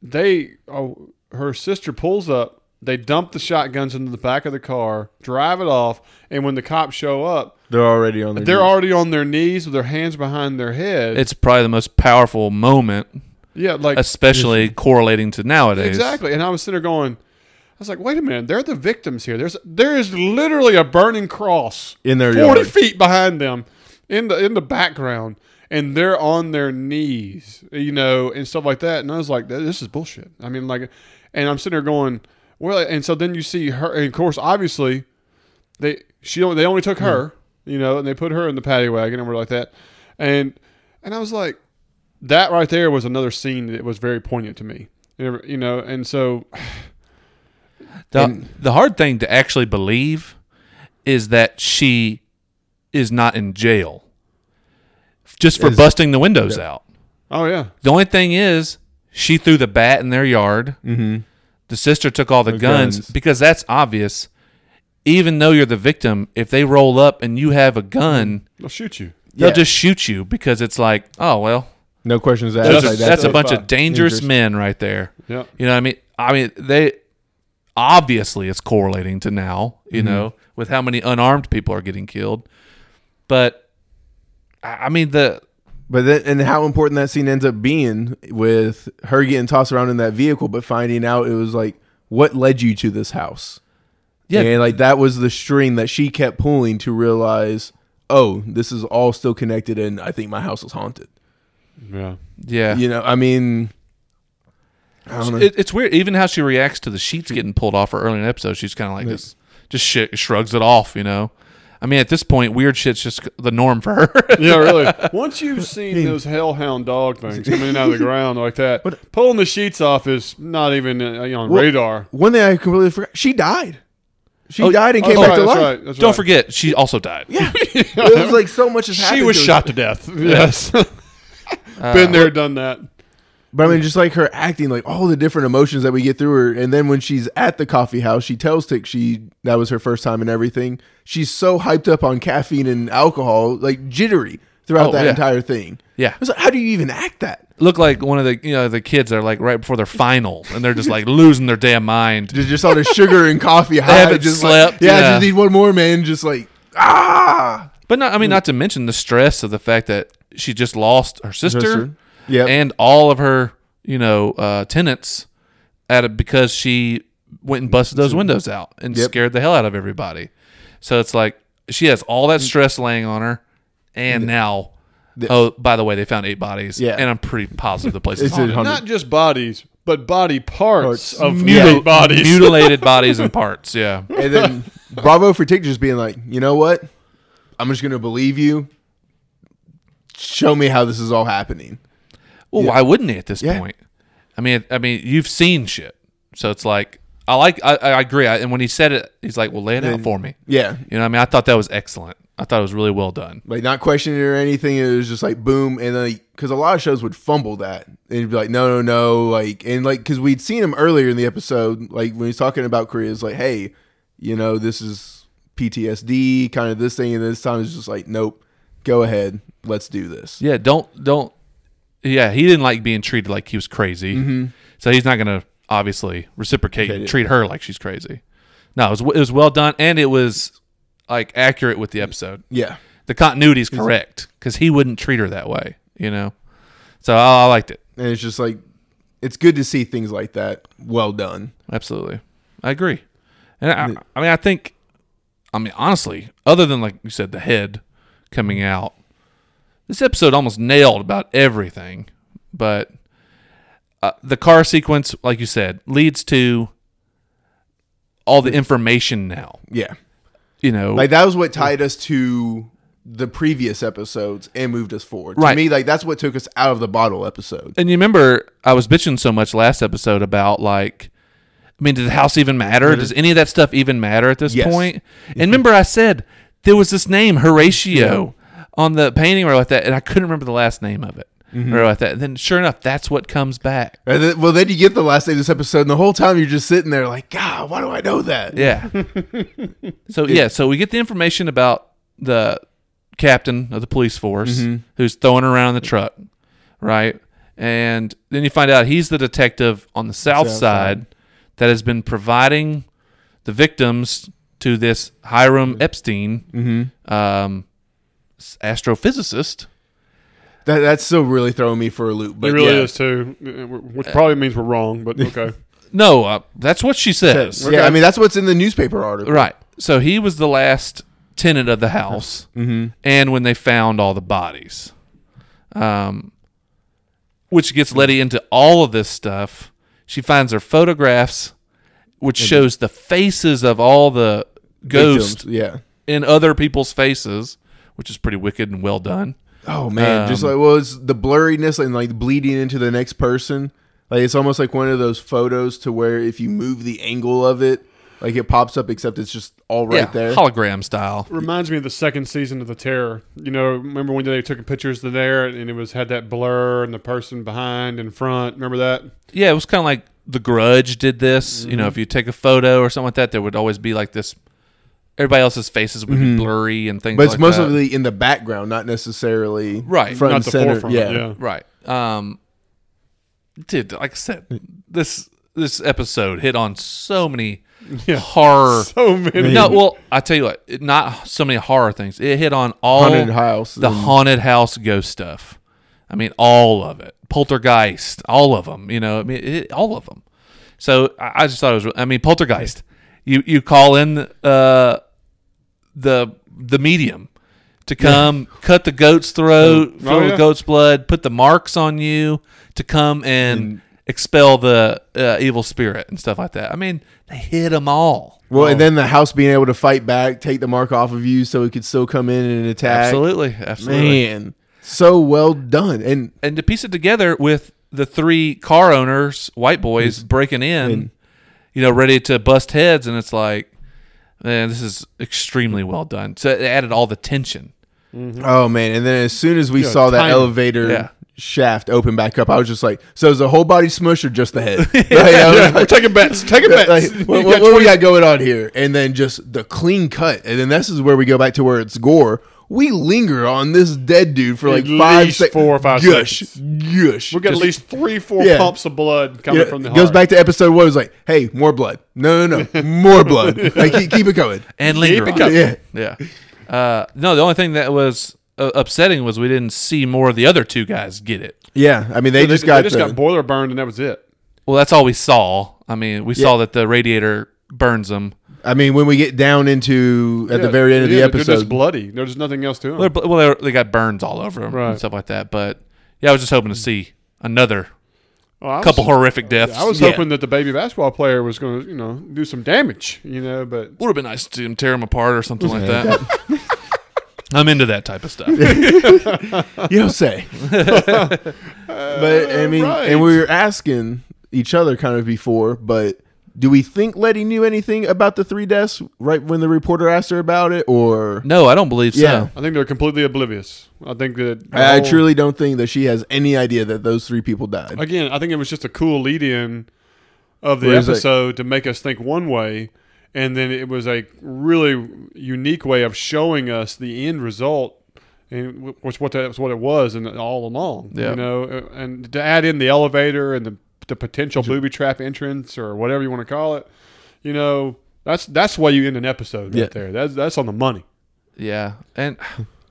they oh, her sister pulls up. They dump the shotguns into the back of the car, drive it off, and when the cops show up, They're already on their they're knees. already on their knees with their hands behind their head. It's probably the most powerful moment, yeah, like especially correlating to nowadays. Exactly. And I was sitting there going, I was like, wait a minute, they're the victims here. There's there is literally a burning cross In their forty yard. feet behind them. in the in the background, and they're on their knees, you know, and stuff like that. And I was like, this is bullshit. I mean, like, and I'm sitting there going, well, and so then you see her, and of course, obviously, they she only, they only took her, you know, and they put her in the paddy wagon and we're like that, and and I was like, that right there was another scene that was very poignant to me, you know, and so The, the hard thing to actually believe is that she is not in jail just for Is- busting the windows out. oh yeah, The only thing is she threw the bat in their yard. Mm-hmm. The sister took all the, The guns, guns. because that's obvious. Even though you're the victim, if they roll up and you have a gun, they'll shoot you. they'll Yeah. just shoot you because it's like, oh well, No questions asked. those That's are- like that. that's a bunch Fine. of dangerous Dangerous. men right there. Yeah, You know what I mean? I mean, they obviously it's correlating to now, you Mm-hmm. know, with how many unarmed people are getting killed. But I I mean the But then, and how important that scene ends up being with her getting tossed around in that vehicle, but finding out it was like what led you to this house. Yeah. and like that was the string that she kept pulling to realize, oh, this is all still connected, and I think my house is haunted. yeah. yeah. You know, I mean, I don't know. It, it's weird. Even how she reacts to the sheets getting pulled off her early in the episode, she's kind of like this, just shit, shrugs it off. You know, I mean, at this point, weird shit's just the norm for her. (laughs) Yeah, really. (laughs) Once you've seen those hellhound dog things coming out of the ground like (laughs) that, pulling the sheets off is not even uh, you know, on Well, radar. One thing I completely forgot: she died. She Oh, died and Oh, came that's back to right, life. that's right, that's Don't right. forget, she also died. (laughs) Yeah, it was like so much has happened. She was to her. shot to (laughs) death. Yes. Been there, done that. But I mean, just like her acting, like all the different emotions that we get through her, and then when she's at the coffee house, she tells Tick she that was her first time and everything. She's so hyped up on caffeine and alcohol, like jittery throughout Oh, that yeah. entire thing. Yeah. I was like, how do you even act that? (laughs) Look like one of the you know the kids that are like right before their finals, and they're just like losing their damn mind. Just, just all the sugar and (laughs) coffee. high, haven't just slept, Like, yeah, I yeah. just need one more man. Just like ah, But not, I mean, not to mention the stress of the fact that she just lost her sister, Sister. Yep. and all of her you know uh, tenants at a, because she went and busted those windows out and Mm-hmm. Yep. scared the hell out of everybody. So it's like she has all Mm. that stress laying on her, and now oh by the way, they found eight bodies, Yeah. and I'm pretty positive the place is It's haunted. a hundred- Not just bodies, but body parts, Parts. of Yeah. mutilate bodies. (laughs) mutilated bodies and parts. Yeah, (laughs) and then bravo for Tick just being like, you know what? I'm just gonna believe you. Show me how this is all happening. Well, why wouldn't he at this Yeah. point? I mean, I mean, you've seen shit, so it's like I like I, I agree. I, and when he said it, he's like, "Well, lay it out for me." Yeah, You know, what I mean, I thought that was excellent. I thought it was really well done. like not questioning it or anything. It was just like boom, and then because a lot of shows would fumble that, and you'd be like, no, no, no, like and like because we'd seen him earlier in the episode, like when he's talking about Korea, it's like, hey, you know, this is PTSD, kind of this thing, and this time it's just like, nope, go ahead, let's do this. Yeah, don't don't. Yeah, he didn't like being treated like he was crazy, so he's not gonna obviously reciprocate and Okay. treat her like she's crazy. No, it was it was well done, and it was like accurate with the episode. Yeah, The continuity is correct because he wouldn't treat her that way. You know, so I, I liked it and it's just like, it's good to see things like that well done. Absolutely, I agree. And I, I mean, I think, I mean, honestly, other than like you said, the head coming out, this episode almost nailed about everything. But uh, the car sequence, like you said, leads to all the information now. Yeah, You know, like that was what tied us to the previous episodes and moved us forward. Right. To me, like that's what took us out of the bottle episode. and you remember I was bitching so much last episode about like, I mean, did the house even matter? Does any of that stuff even matter at this Yes. point? And remember, I said there was this name Horatio on the painting or like that, and I couldn't remember the last name of it Mm-hmm. or like that. And then, sure enough, that's what comes back. And then, well, then you get the last day of this episode, and the whole time you're just sitting there like, God, why do I know that? (laughs) Yeah. so yeah, so we get the information about the captain of the police force who's throwing around in the truck, right? And then you find out he's the detective on the south, South side, that has been providing the victims to this Hiram Epstein, um, s- astrophysicist. That, that's still really throwing me for a loop. But it really yeah. is too, uh, which probably means we're wrong, (laughs) but okay. No, uh, that's what she says. Yeah, I mean that's what's in the newspaper article. Right. So he was the last tenant of the house (laughs) Mm-hmm. and when they found all the bodies. Um, which gets Letty into all of this stuff. She finds her photographs, which shows the faces of all the ghosts Yeah. in other people's faces, which is pretty wicked and well done. Oh man, just Um, like well, it's the blurriness and like bleeding into the next person. Like it's almost like one of those photos to where if you move the angle of it, like it pops up, except it's just all right yeah, there. hologram style. Reminds me of the second season of The Terror. You know, remember when they took pictures of there and it was had that blur and the person behind and front. Remember that? Yeah, it was kind of like The Grudge did this. You Mm-hmm. know, if you take a photo or something like that, there would always be like this. Everybody else's faces would be blurry and things. Mm-hmm. But it's like that. mostly in the background, not necessarily Right, front Not and the center. forefront. yeah. yeah. (laughs) Right. Um dude, like I said, this this episode hit on so many (laughs) Yeah. horror So many. No, well, I tell you what, it, not so many horror things. It hit on all haunted house. the and- haunted house ghost stuff. I mean, all of it. Poltergeist, all of them, you know. I mean, it, all of them. So I, I just thought it was I mean, Poltergeist. You you call in uh the the medium to come cut the goat's throat, fill yeah. the goat's blood, put the marks on you to come and expel the uh, evil spirit and stuff like that. I mean, they hit them all. well, Oh. and then the house being able to fight back, take the mark off of you, so it could still come in and attack. Absolutely, absolutely. Man, so well done. And And to piece it together with the three car owners, white boys Mm-hmm. breaking in, you know, ready to bust heads, and it's like, man, this is extremely well done. So it added all the tension. Oh man! And then as soon as we Yeah, saw that timing. elevator Yeah. shaft open back up, I was just like, "So is the whole body smush or just (laughs) the head?" Like, I was Yeah, we're like- taking bets. Taking like, bets. You what got what, what 20 we got going on here? And then just the clean cut. And then this is where we go back to where it's gore. We linger on this dead dude for like At five least seconds. four or five Gush, seconds. gush. We got at Just- least three, four Yeah. pumps of blood you coming know, from the it heart. goes back to episode one. It was like, "Hey, more blood. No, no, no, more blood. (laughs) Like, keep, keep it going. And linger it on. coming. Yeah, Yeah. Uh, no, the only thing that was uh, upsetting was we didn't see more of the other two guys get it. yeah. I mean, they, They, just got the- boiler burned and that was it. Well, that's all we saw. I mean, we saw that the radiator burns them. I mean, when we get down into at Yeah, the very end of yeah, the they're episode, just bloody. There's nothing else to them. Well, they're- well, they're- they got burns all over them Right. and stuff like that. But yeah, I was just hoping to see another Well, I was- couple horrific deaths. I was Yeah. hoping that the baby basketball player was going to, you know, do some damage, you know, but would have been nice to see him tear him apart or something like that. (laughs) I'm into that type of stuff. you don't say. (laughs) (laughs) but I mean, right. and we were asking each other kind of before, but do we think Letty knew anything about the three deaths right when the reporter asked her about it, or No, I don't believe so. Yeah. I think they're completely oblivious. I think that the I, I whole- truly don't think that she has any idea that those three people died. again, I think it was just a cool lead in of the Where it's like- episode to make us think one way. And then it was a really unique way of showing us the end result, and wh- which what that was what it was, and all along, Yeah. you know. uh, And to add in the elevator and the, the potential booby trap entrance or whatever you want to call it, you know, that's that's why you end an episode right Yeah. there. That's that's on the money. Yeah. And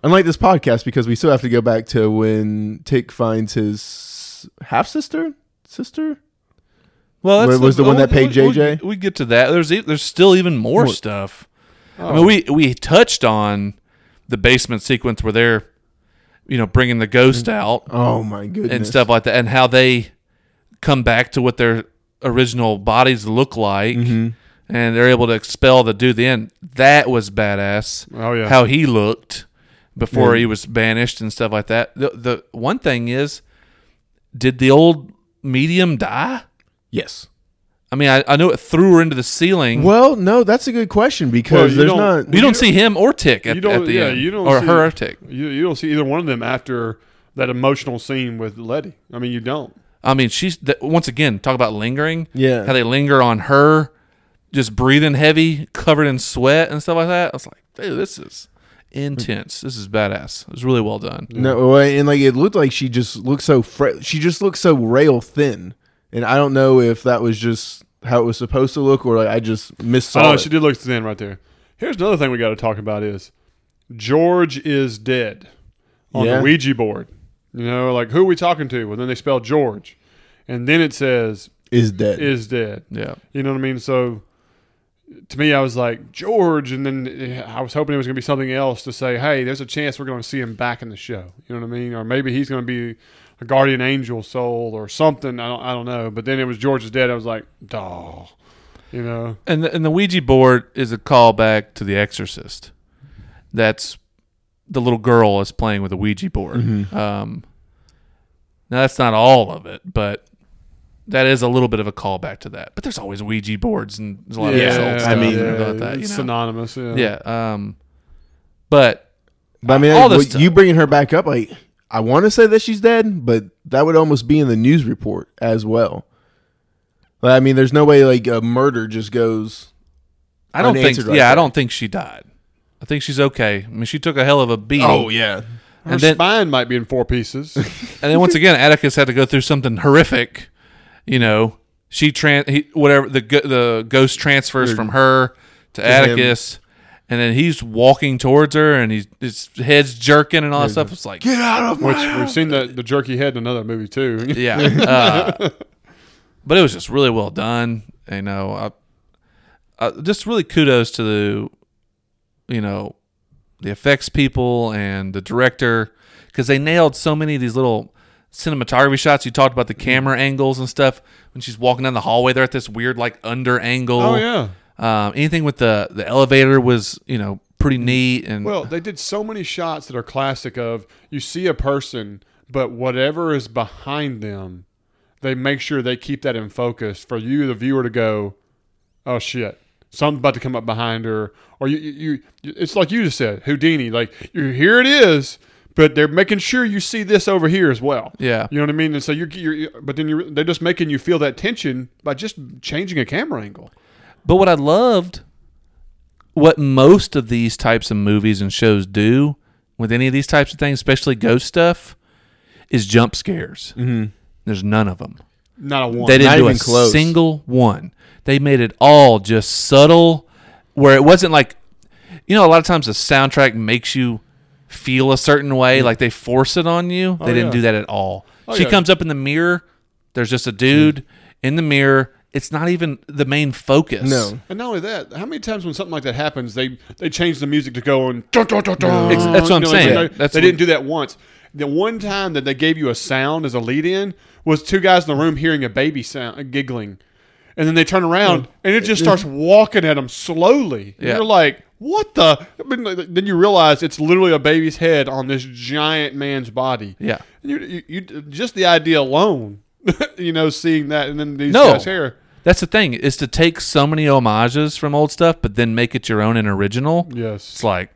Unlike this podcast, because we still have to go back to when Tick finds his half sister, sister. well, Where was the one that paid we- we- JJ? We, get to that. There's e- there's still even more What? stuff. I mean, we we touched on the basement sequence where they're, you know, bringing the ghost out Oh my goodness! and stuff like that, and how they come back to what their original bodies look like, Mm-hmm. and they're able to expel the dude. at The end that was badass. Oh yeah, how he looked before he was banished and stuff like that. The the one thing is, did the old medium die? Yes. I mean, I, I know it threw her into the ceiling. Well, no, that's a good question Well, because you there's don't- not. you don't see him or Tick at, you don't- at the yeah, end, you don't or see- her or Tick. you you don't see either one of them after that emotional scene with Letty. I mean, you don't. I mean, she's th- once again talk about lingering. Yeah. how they linger on her, just breathing heavy, covered in sweat and stuff like that. I was like, dude, this is intense. This is badass. It was really well done. No, well, and like it looked like she just looked so fra- she just looked so rail thin, and I don't know if that was just how it was supposed to look or like I just Oh, missaw no, it. she did look thin right there. Here's another thing we got to talk about is George is dead on Yeah. the Ouija board. You know, like who are we talking to? Well, then they spell George, and then it says Is dead. is dead. Yeah. You know what I mean? So to me, I was like George, and then eh, I was hoping it was going to be something else to say. Hey, there's a chance we're going to see him back in the show. You know what I mean? Or maybe he's going to be a guardian angel soul or something. I don't, I don't know. But then it was George is dead. I was like, duh. You know, And the, and the Ouija board is a callback to The Exorcist. That's the little girl is playing with a Ouija board. Mm-hmm. Um, now that's not all of it, but that is a little bit of a callback to that. But there's always Ouija boards and there's a lot of I occult stuff mean, yeah, about that. it's You know? synonymous. Yeah. Yeah. Um, but But I mean, All like, this what- you bringing her back up, like I want to say that she's dead, but that would almost be in the news report as well. Like, I mean, there's no way like a murder just goes. I don't think. Unanswered right yeah, I there. don't think she died. I think she's okay. I mean, she took a hell of a beating. yeah, Her And then- spine might be in four pieces. (laughs) And then once again, Atticus had to go through something horrific. You know, she trans he, whatever the go- the ghost transfers from her to Atticus, and then he's walking towards her, and he's his head's jerking and all that stuff. It's like, get out of my. Which we've seen the, the jerky head in another movie too. (laughs) (laughs) yeah, uh, but it was just really well done. You know, I, I, just really kudos to the, you know, the effects people and the director because they nailed so many of these little cinematography shots. You talked about the Mm-hmm. camera angles and stuff when she's walking down the hallway. They're at this weird like under angle. Oh yeah. Um, anything with the the elevator was you know pretty neat and Mm-hmm. Well, they did so many shots that are classic of you see a person, but whatever is behind them, they make sure they keep that in focus for you, the viewer, to go, oh shit, something's about to come up behind her, or you, you, you it's like you just said, Houdini, like you here it is, but they're making sure you see this over here as well. yeah. You know what I mean? And so you're, you're but then you're, they're just making you feel that tension by just changing a camera angle. But what I loved, what most of these types of movies and shows do with any of these types of things, especially ghost stuff, is jump scares. Mm-hmm. There's none of them. Not a one. They didn't Not do even a close. single one. They made it all just subtle, where it wasn't like, you know, a lot of times the soundtrack makes you feel a certain way, like they force it on you. they didn't yeah. do that at all. Oh, she yeah. comes up in the mirror. There's just a dude in the mirror. It's not even the main focus. No, And not only that, how many times when something like that happens, they they change the music to go on. Dun, dun, dun, dun, Ex- that's what I'm You saying. They, That's they what- didn't do that once. The one time that they gave you a sound as a lead-in was two guys in the room hearing a baby sound giggling, and then they turn around and it just starts walking at them slowly. And Yeah. You're like, what the? I mean, like, then you realize it's literally a baby's head on this giant man's body. Yeah. And You, you, you just the idea alone, (laughs) you know, seeing that and then these No. guys here. That's the thing is to take so many homages from old stuff, but then make it your own and original. Yes. It's like,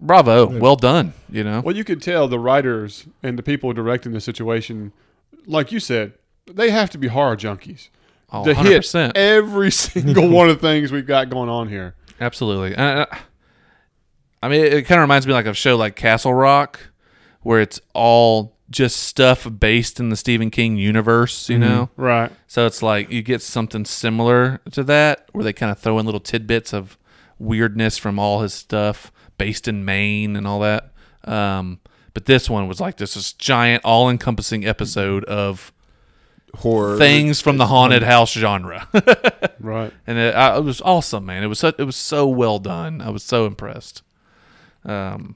bravo, well done. You know, Well, you can tell the writers and the people directing the situation, like you said, they have to be horror junkies. oh, to hit 100%. (laughs) every single one of the things we've got going on here. Absolutely. And I, I mean, it kind of reminds me like of a show like Castle Rock, where it's all just stuff based in the Stephen King universe. You know, Right. So it's like you get something similar to that, where they kind of throw in little tidbits of weirdness from all his stuff based in Maine and all that. Um, but this one was like this this giant, all-encompassing episode of horror things from the haunted house genre, (laughs) Right. and it, I, it was awesome, man. It was so, it was so well done. I was so impressed. Um,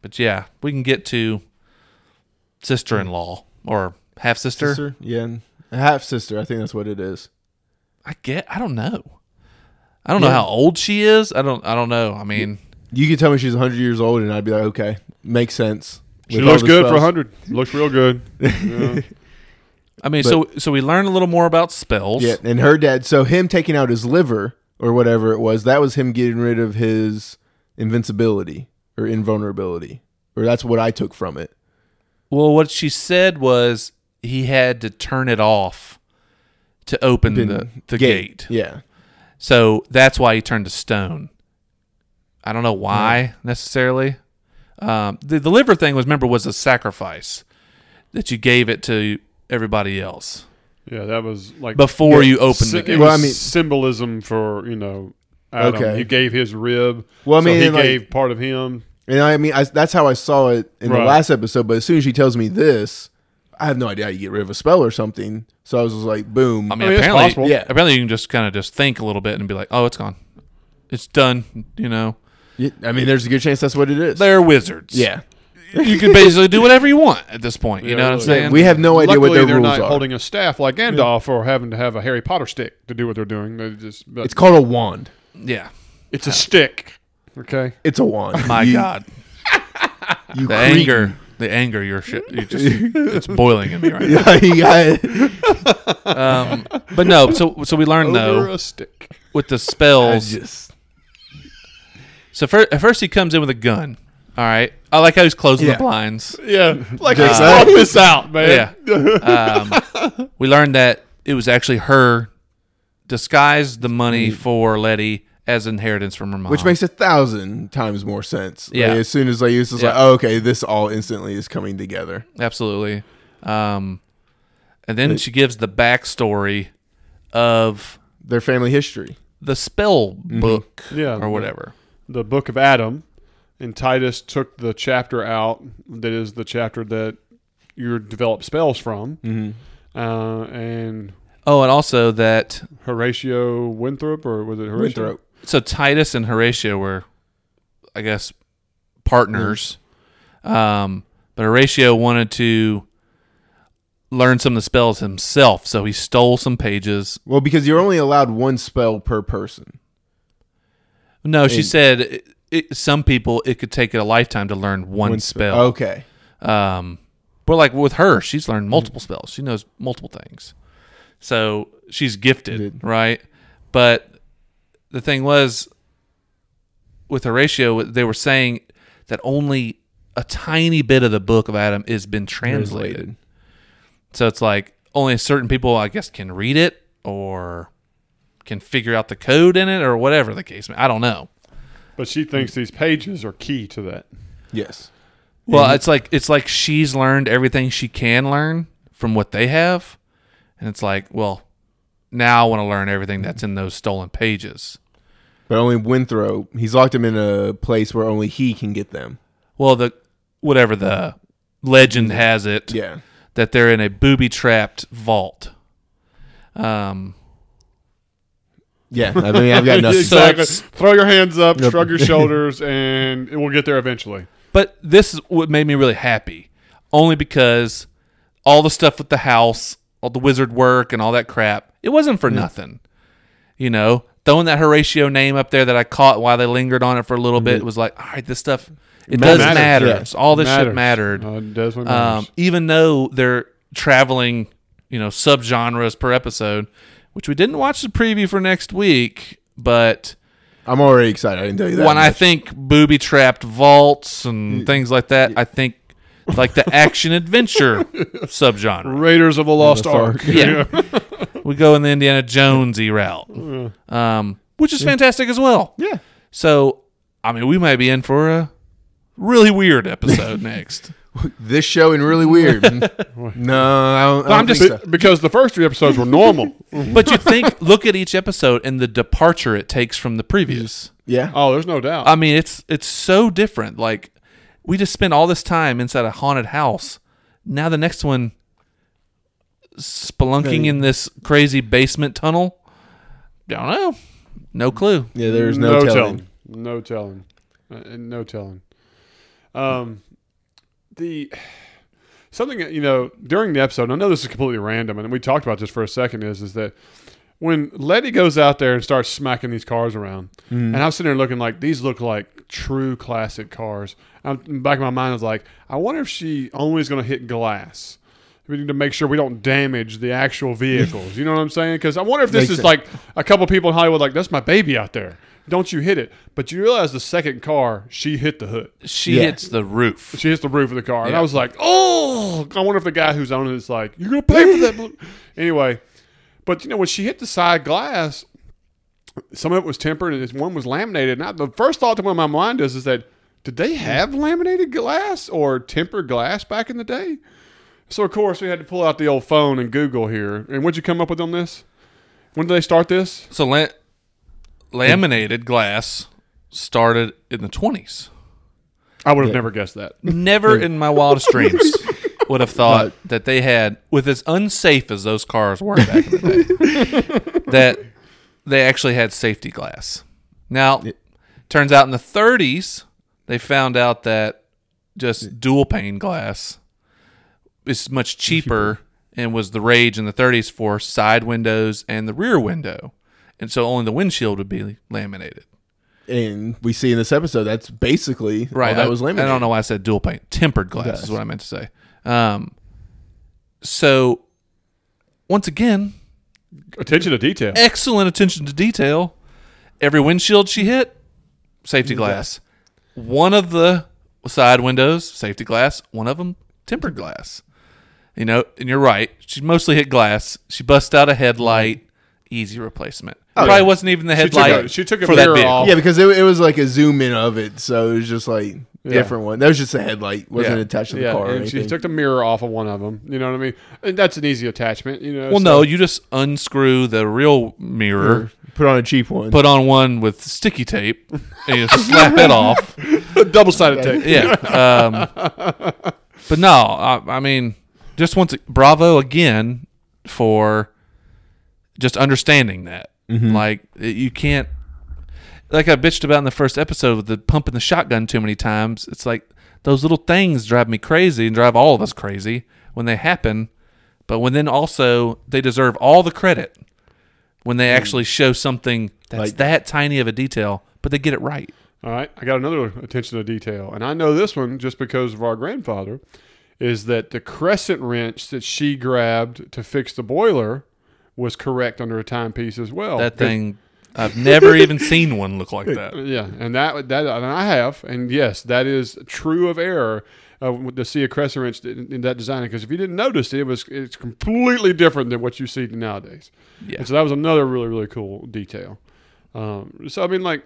but yeah, we can get to sister-in-law or half sister. Sister? Yeah, half sister. I think that's what it is. I get. I don't know. I don't know Yeah. how old she is. I don't. I don't know. I mean, You could tell me she's 100 years old, and I'd be like, okay, makes sense. She With looks all the good for spells. 100. Looks real good. Yeah. I mean. so so we learn a little more about spells. Yeah, and her dad. So him taking out his liver or whatever it was, that was him getting rid of his invincibility or invulnerability, or that's what I took from it. Well, what she said was he had to turn it off to open the the gate. Yeah, So that's why he turned to stone. I don't know why necessarily. Um, the, the liver thing was remember was a sacrifice that you gave it to everybody else yeah, that was like before you opened sy- the it gate. was Well, I mean- symbolism for, you know, Adam. Okay. He gave his rib. Well, I so he mean, like- gave part of him. and I mean I, that's how I saw it in the Right. last episode. But as soon as she tells me this, I have no idea how you get rid of a spell or something. So I was just like, boom. I mean, I mean, it's apparently, possible. apparently you can just kind of just think a little bit and be like, oh, it's gone. It's done. You know, Yeah, I mean, there's a good chance that's what it is. they're wizards. yeah. (laughs) you can basically do whatever you want at this point. You Yeah, know what I'm really. saying? We have no idea Luckily, what their they're rules not are. holding a staff like Gandalf or having to have a Harry Potter stick to do what they're doing. They just, but it's it's, called a wand. yeah. a stick. Okay. It's a wand. Oh My You- God, the you creep. anger, the anger. You're shit. You just it's boiling in me right now. (laughs) Yeah, you got (laughs) it. Um, but no. So so we learned Over though a stick. with the I spells. just- So first, at first he comes in with a gun. All right. I like how he's closing Yeah. the blinds. (laughs) Yeah. Like, let's Just that. swap this out, man. Um, we learned that it was actually her disguised the money for Letty as inheritance from her mom. which makes a thousand times more sense. Like, Yeah. as soon as like it's just like, Yeah. oh, okay, this all instantly is coming together. absolutely. Um, and then she gives the backstory of Their family history. the spell book, Yeah. or whatever. the book of Adam, and Titus took the chapter out that is the chapter that you develop spells from. Mm-hmm. Uh, and Oh, and also that Horatio Winthrop, or was it Horatio? Winthrop. so Titus and Horatio were, I guess, partners. Um, but Horatio wanted to learn some of the spells himself, so he stole some pages. Well, because you're only allowed one spell per person. No, she And- said it, it, some people it could take a lifetime to learn one, spell. Okay. Um, but like with her, she's learned multiple spells. She knows multiple things, so she's gifted, Good. right? But the thing was, with Horatio, they were saying that only a tiny bit of the Book of Adam has been translated. Translated. So it's like only certain people, I guess, can read it or can figure out the code in it or whatever the case. may I don't know. But she thinks these pages are key to that. Yes. Well, it's like it's like she's learned everything she can learn from what they have, and it's like, well, now I want to learn everything that's in those stolen pages. But only Winthrop. He's locked him in a place where only he can get them. Well, the whatever the legend has it Yeah. that they're in a booby trapped vault. Um, Yeah. I mean, (laughs) I've got nothing. So exactly. it's- Throw your hands up, Yep. (laughs) shrug your shoulders, and we'll get there eventually. But this is what made me really happy, only because all the stuff with the house, all the wizard work, and all that crap, it wasn't for nothing. You know, throwing that Horatio name up there that I caught while they lingered on it for a little bit Mm-hmm. was like, all right, this stuff it does Matters, matter. yeah. So all this Matters. shit mattered, Uh, Desmond um, matters. even though they're traveling, you know, subgenres per episode, which we didn't watch the preview for next week, but I'm already excited. I didn't tell you that. when I much. think booby trapped vaults and things like that, I think like the action (laughs) adventure subgenre. Raiders of the Lost Ark. Yeah. we go in the Indiana Jonesy route, um, which is fantastic as well. Yeah. So, I mean, we might be in for a really weird (laughs) episode next. This show and (laughs) really weird. no, I don't, I don't I'm think just- so. Be- because the first three episodes were (laughs) normal. But you think, look at each episode and the departure it takes from the previous. Yeah. oh, there's no doubt. I mean, it's it's so different. Like we just spent all this time inside a haunted house. Now the next one, spelunking in this crazy basement tunnel. Don't know. No clue. Yeah. There's no, telling. No telling. Uh, no telling. Um, the something that, you know during the episode. and I know this is completely random, and we talked about this for a second. Is is that when Letty goes out there and starts smacking these cars around, Mm-hmm. and I'm sitting there looking like these look like true classic cars. I'm, in the back of my mind, I was like, I wonder if she only is going to hit glass. We need to make sure we don't damage the actual vehicles. You know what I'm saying? Because I wonder if this Makes is sense. like a couple people in Hollywood, like that's my baby out there. Don't you hit it? But you realize the second car, she hit the hood. She Yeah. hits the roof. She hits the roof of the car, and I Yeah. was like, "Oh!" I wonder if the guy who's owning it's like, "You're gonna pay for that." blo-" anyway, but you know when she hit the side glass, some of it was tempered, and this one was laminated. Now the first thought that went in my mind is, is that did they have laminated glass or tempered glass back in the day? So of course we had to pull out the old phone and Google here. And what'd you come up with on this? When did they start this? So la- laminated glass started in the twenties. I would have never guessed that. Never in my wildest dreams (laughs) would have thought that they had, with as unsafe as those (laughs) cars were back in the day, that they actually had safety glass. Now, It- turns out in the 30s, they found out that just dual pane glass is much cheaper and was the rage in the 30s for side windows and the rear window. And so only the windshield would be laminated. And we see in this episode that's basically right. Right. that I- was laminated. I don't know why I said dual pane. Tempered glass is what I meant to say. Um, so, once again, Attention to detail. excellent attention to detail. Every windshield she hit, safety glass. One of the side windows, safety glass. One of them, tempered glass. You know, and you're right. She mostly hit glass. She bust out a headlight, easy replacement. Probably wasn't even the Oh, She took, headlight. a, she took a for that mirror vehicle. off. Yeah, because it, it was like a zoom in of it, so it was just like different one. That was just a headlight, wasn't Yeah. attached to the Yeah, car. Or and she anything. took the mirror off of one of them. You know what I mean? And that's an easy attachment. You know. Well, so- no, you just unscrew the real mirror, Put on a cheap one. put on one with sticky tape, and you slap it off. (laughs) double sided tape. Yeah. Um, but no, I, I mean, just once, bravo again for just understanding that. Like, it- you can't, like I bitched about in the first episode with the pumping the shotgun too many times. It's like those little things drive me crazy and drive all of us crazy when they happen. But when then also they deserve all the credit when they actually show something that's Like- that tiny of a detail, but they get it right. All right, I got another attention to detail, and I know this one just because of our grandfather. Is that the crescent wrench that she grabbed to fix the boiler was correct under a timepiece as well? that thing. I've (laughs) never even seen one look like that. Yeah, and that that and I have, and yes, that is true of error uh, to see a crescent wrench in, in that design because if you didn't notice, it was it's completely different than what you see nowadays. Yeah. And so that was another really really cool detail. Um, so I mean, like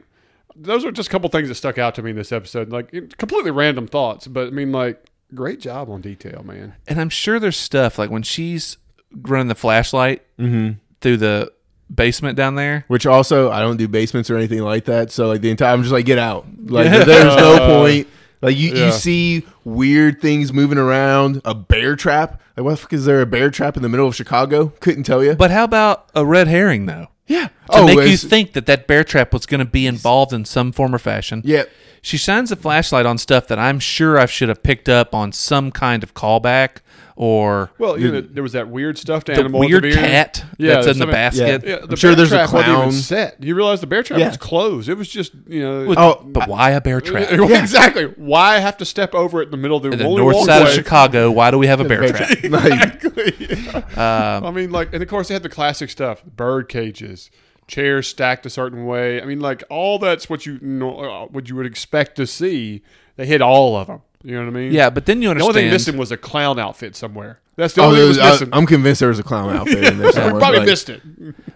those are just a couple things that stuck out to me in this episode. Like it- completely random thoughts, but I mean, like great job on detail, man. And I'm sure there's stuff like when she's running the flashlight through the basement down there. Which also, I don't do basements or anything like that. So like the entire, I'm just like, get out. Like Yeah. there's no (laughs) Uh, point. Like you, yeah. you see weird things moving around. A bear trap. Like what the fuck is there a bear trap in the middle of Chicago? Couldn't tell you. But how about a red herring though? yeah. To make you it's- think that that bear trap was going to be involved in some form or fashion. Yeah. She shines a flashlight on stuff that I'm sure I should have picked up on some kind of callback or Well, you know, there was that weird stuffed the animal, at weird very end. cat Yeah, that's in the something- basket. Yeah, the I'm sure bear there's a trap wasn't even clown. set. You realize the bear trap Yeah. was closed. It was just you know. But- Oh, but why a (laughs) bear (laughs) trap? Yeah, Exactly. Why have to step over it in the middle of the, The only north (laughs) side of walkway? Chicago. Why do we (laughs) have a bear trap? Like, I mean, like, and of course they had the classic stuff: bird cages, chairs stacked a certain way. I mean, like, all that's what you know, uh, what you would expect to see. They hit all of them. You know what I mean? Yeah, but then you The understand. only thing missing was a clown outfit somewhere. That's the oh, only thing there was, that was missing. I, am convinced there was a clown outfit (laughs) in there somewhere. we probably like- missed it.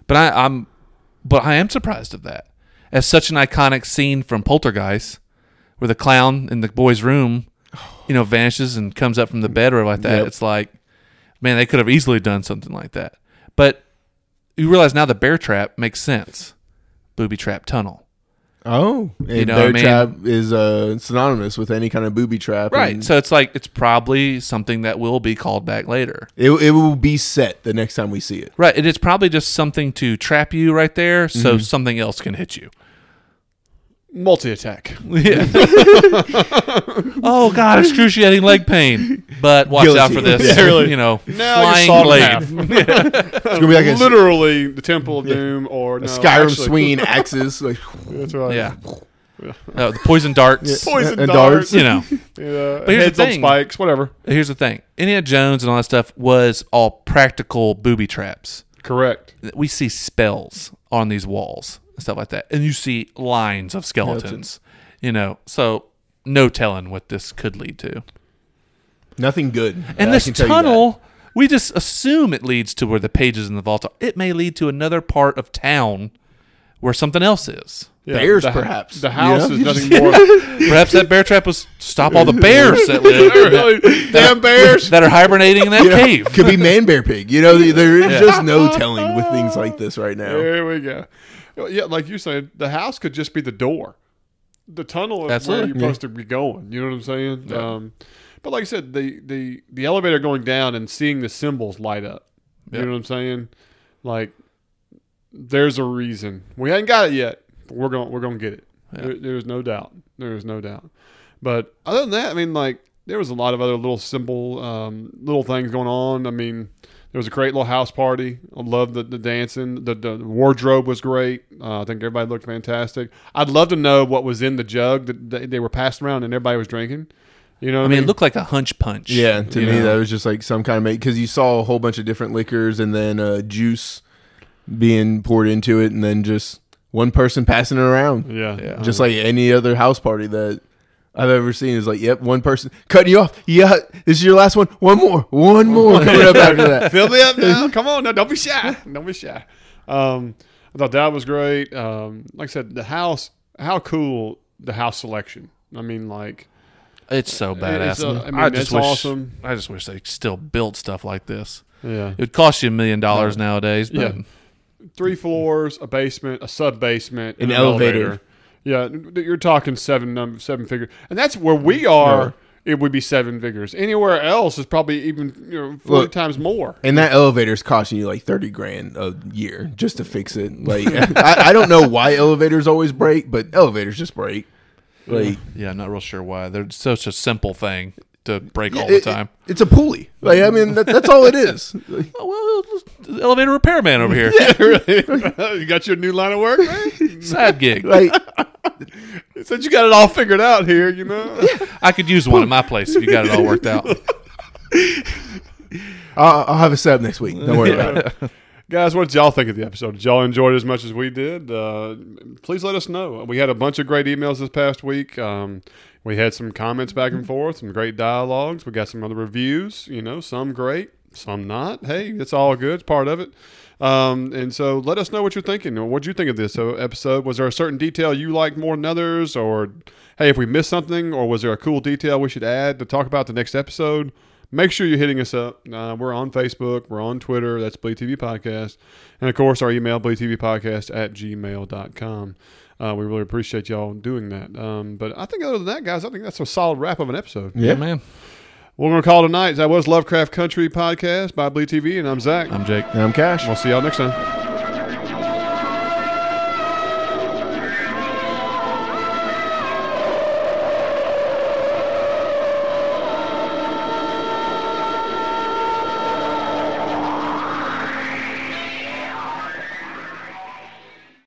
But I, I'm, but I am surprised of that. As such an iconic scene from Poltergeist, where the clown in the boy's room, you know, vanishes and comes up from the bed or like that. Yep. It's like, man, they could have easily done something like that. But you realize now the bear trap makes sense. Booby trap tunnel. Oh, and know bear what I mean? trap is uh, synonymous with any kind of booby trap. Right. and So it's like it's probably something that will be called back later. it, it will be set the next time we see it. Right. It is probably just something to trap you right there, so something else can hit you. Multi attack. Yeah. oh God, excruciating leg pain. But watch out for Guillotine. this. Yeah, really. You know, Now you flying saw blade. it It's gonna (laughs) be like a, Literally, the Temple of Doom or no, Skyrim actually- (laughs) swinging axes. Like, That's right. Yeah. Uh, the poison darts. (laughs) Poison And darts. darts. You know. Yeah, But here's the heads on thing. spikes, whatever. Here's the thing. Indiana Jones and all that stuff was all practical booby traps. Correct. We see spells on these walls and stuff like that, and you see lines of skeletons. You know, so no telling what this could lead to. Nothing good. And I this can tell you that. tunnel, we just assume it leads to where the pages in the vault are. It may lead to another part of town where something else is. Yeah, Bears, the- perhaps. The house Yeah. is nothing more. (laughs) Perhaps that bear trap was to stop all the bears (laughs) that live Damn bears. that are hibernating in that You know, cave. could be man bear pig. You know, there is just no telling with things like this right now. There we go. Yeah, like you said, the house could just be the door. The tunnel is That's where it. you're supposed to be going. You know what I'm saying? Um, but like I said, the, the the elevator going down and seeing the symbols light up. You Yeah. know what I'm saying? Like, there's a reason. We ain't got it yet, we're going we're going to get it. Yeah. There, there's no doubt. There is no doubt. But other than that, I mean, like there was a lot of other little simple um, little things going on. I mean, there was a great little house party. I loved the, the dancing. The, the wardrobe was great. Uh, I think everybody looked fantastic. I'd love to know what was in the jug that they, they were passing around and everybody was drinking. You know, what I I mean, it looked like a hunch punch. Yeah, to you me know? that was just like some kind of make because you saw a whole bunch of different liquors and then uh, juice being poured into it, and then just one person passing it around, yeah, Yeah. just like any other house party that I've ever seen. Is like, yep, one person cutting you off. Yeah, this is your last one. One more, (laughs) one more coming up after that. Fill me up now. Come on now. Don't be shy. Don't be shy. Um, I thought that was great. Um, like I said, the house. How cool the house selection. I mean, like It's so badass. It's, uh, I mean, it's wish, awesome. I just wish they still built stuff like this. yeah, It would cost you a million dollars nowadays, but Yeah. three floors, a basement, a sub basement, An elevator. Yeah, you're talking seven number seven figures, and that's where we are. It would be seven figures. Anywhere else is probably even you know forty Look, times more. (laughs) And that elevator's costing you like thirty grand a year just to fix it. Like, (laughs) I, I don't know why elevators always break, but elevators just break. Like, yeah, I'm not real sure why. They're such a simple thing to break all it- the it- time. it's a pulley. Like, I mean, that, that's all (laughs) it is. Like, oh, well, elevator repairman (laughs) over here. you got your new line of work. man? Side gig. like Since you got it all figured out here, you know. I could use one in my place if you got it all worked out. I'll, I'll have a setup next week. Don't worry about it. Guys, what did y'all think of the episode? Did y'all enjoy it as much as we did? Uh, please let us know. We had a bunch of great emails this past week. Um, we had some comments back and forth, some great dialogues. We got some other reviews, you know, some great, some not. Hey, it's all good. It's part of it. Um, and so let us know what you're thinking. What would you think of this uh, episode? Was there a certain detail you liked more than others? Or, hey, if we missed something, or was there a cool detail we should add to talk about the next episode? make sure you're hitting us up. Uh, we're on Facebook. We're on Twitter. That's Bleed TV Podcast. And of course, our email, bleedtvpodcast at gmail.com. Uh, we really appreciate y'all doing that. Um, but I think other than that, guys, I think that's a solid wrap of an episode. Yeah, (laughs) man. We're going to call it a night. That was Lovecraft Country Podcast by Bleed TV, and I'm Zach. I'm Jake. And I'm Cash. We'll see y'all next time.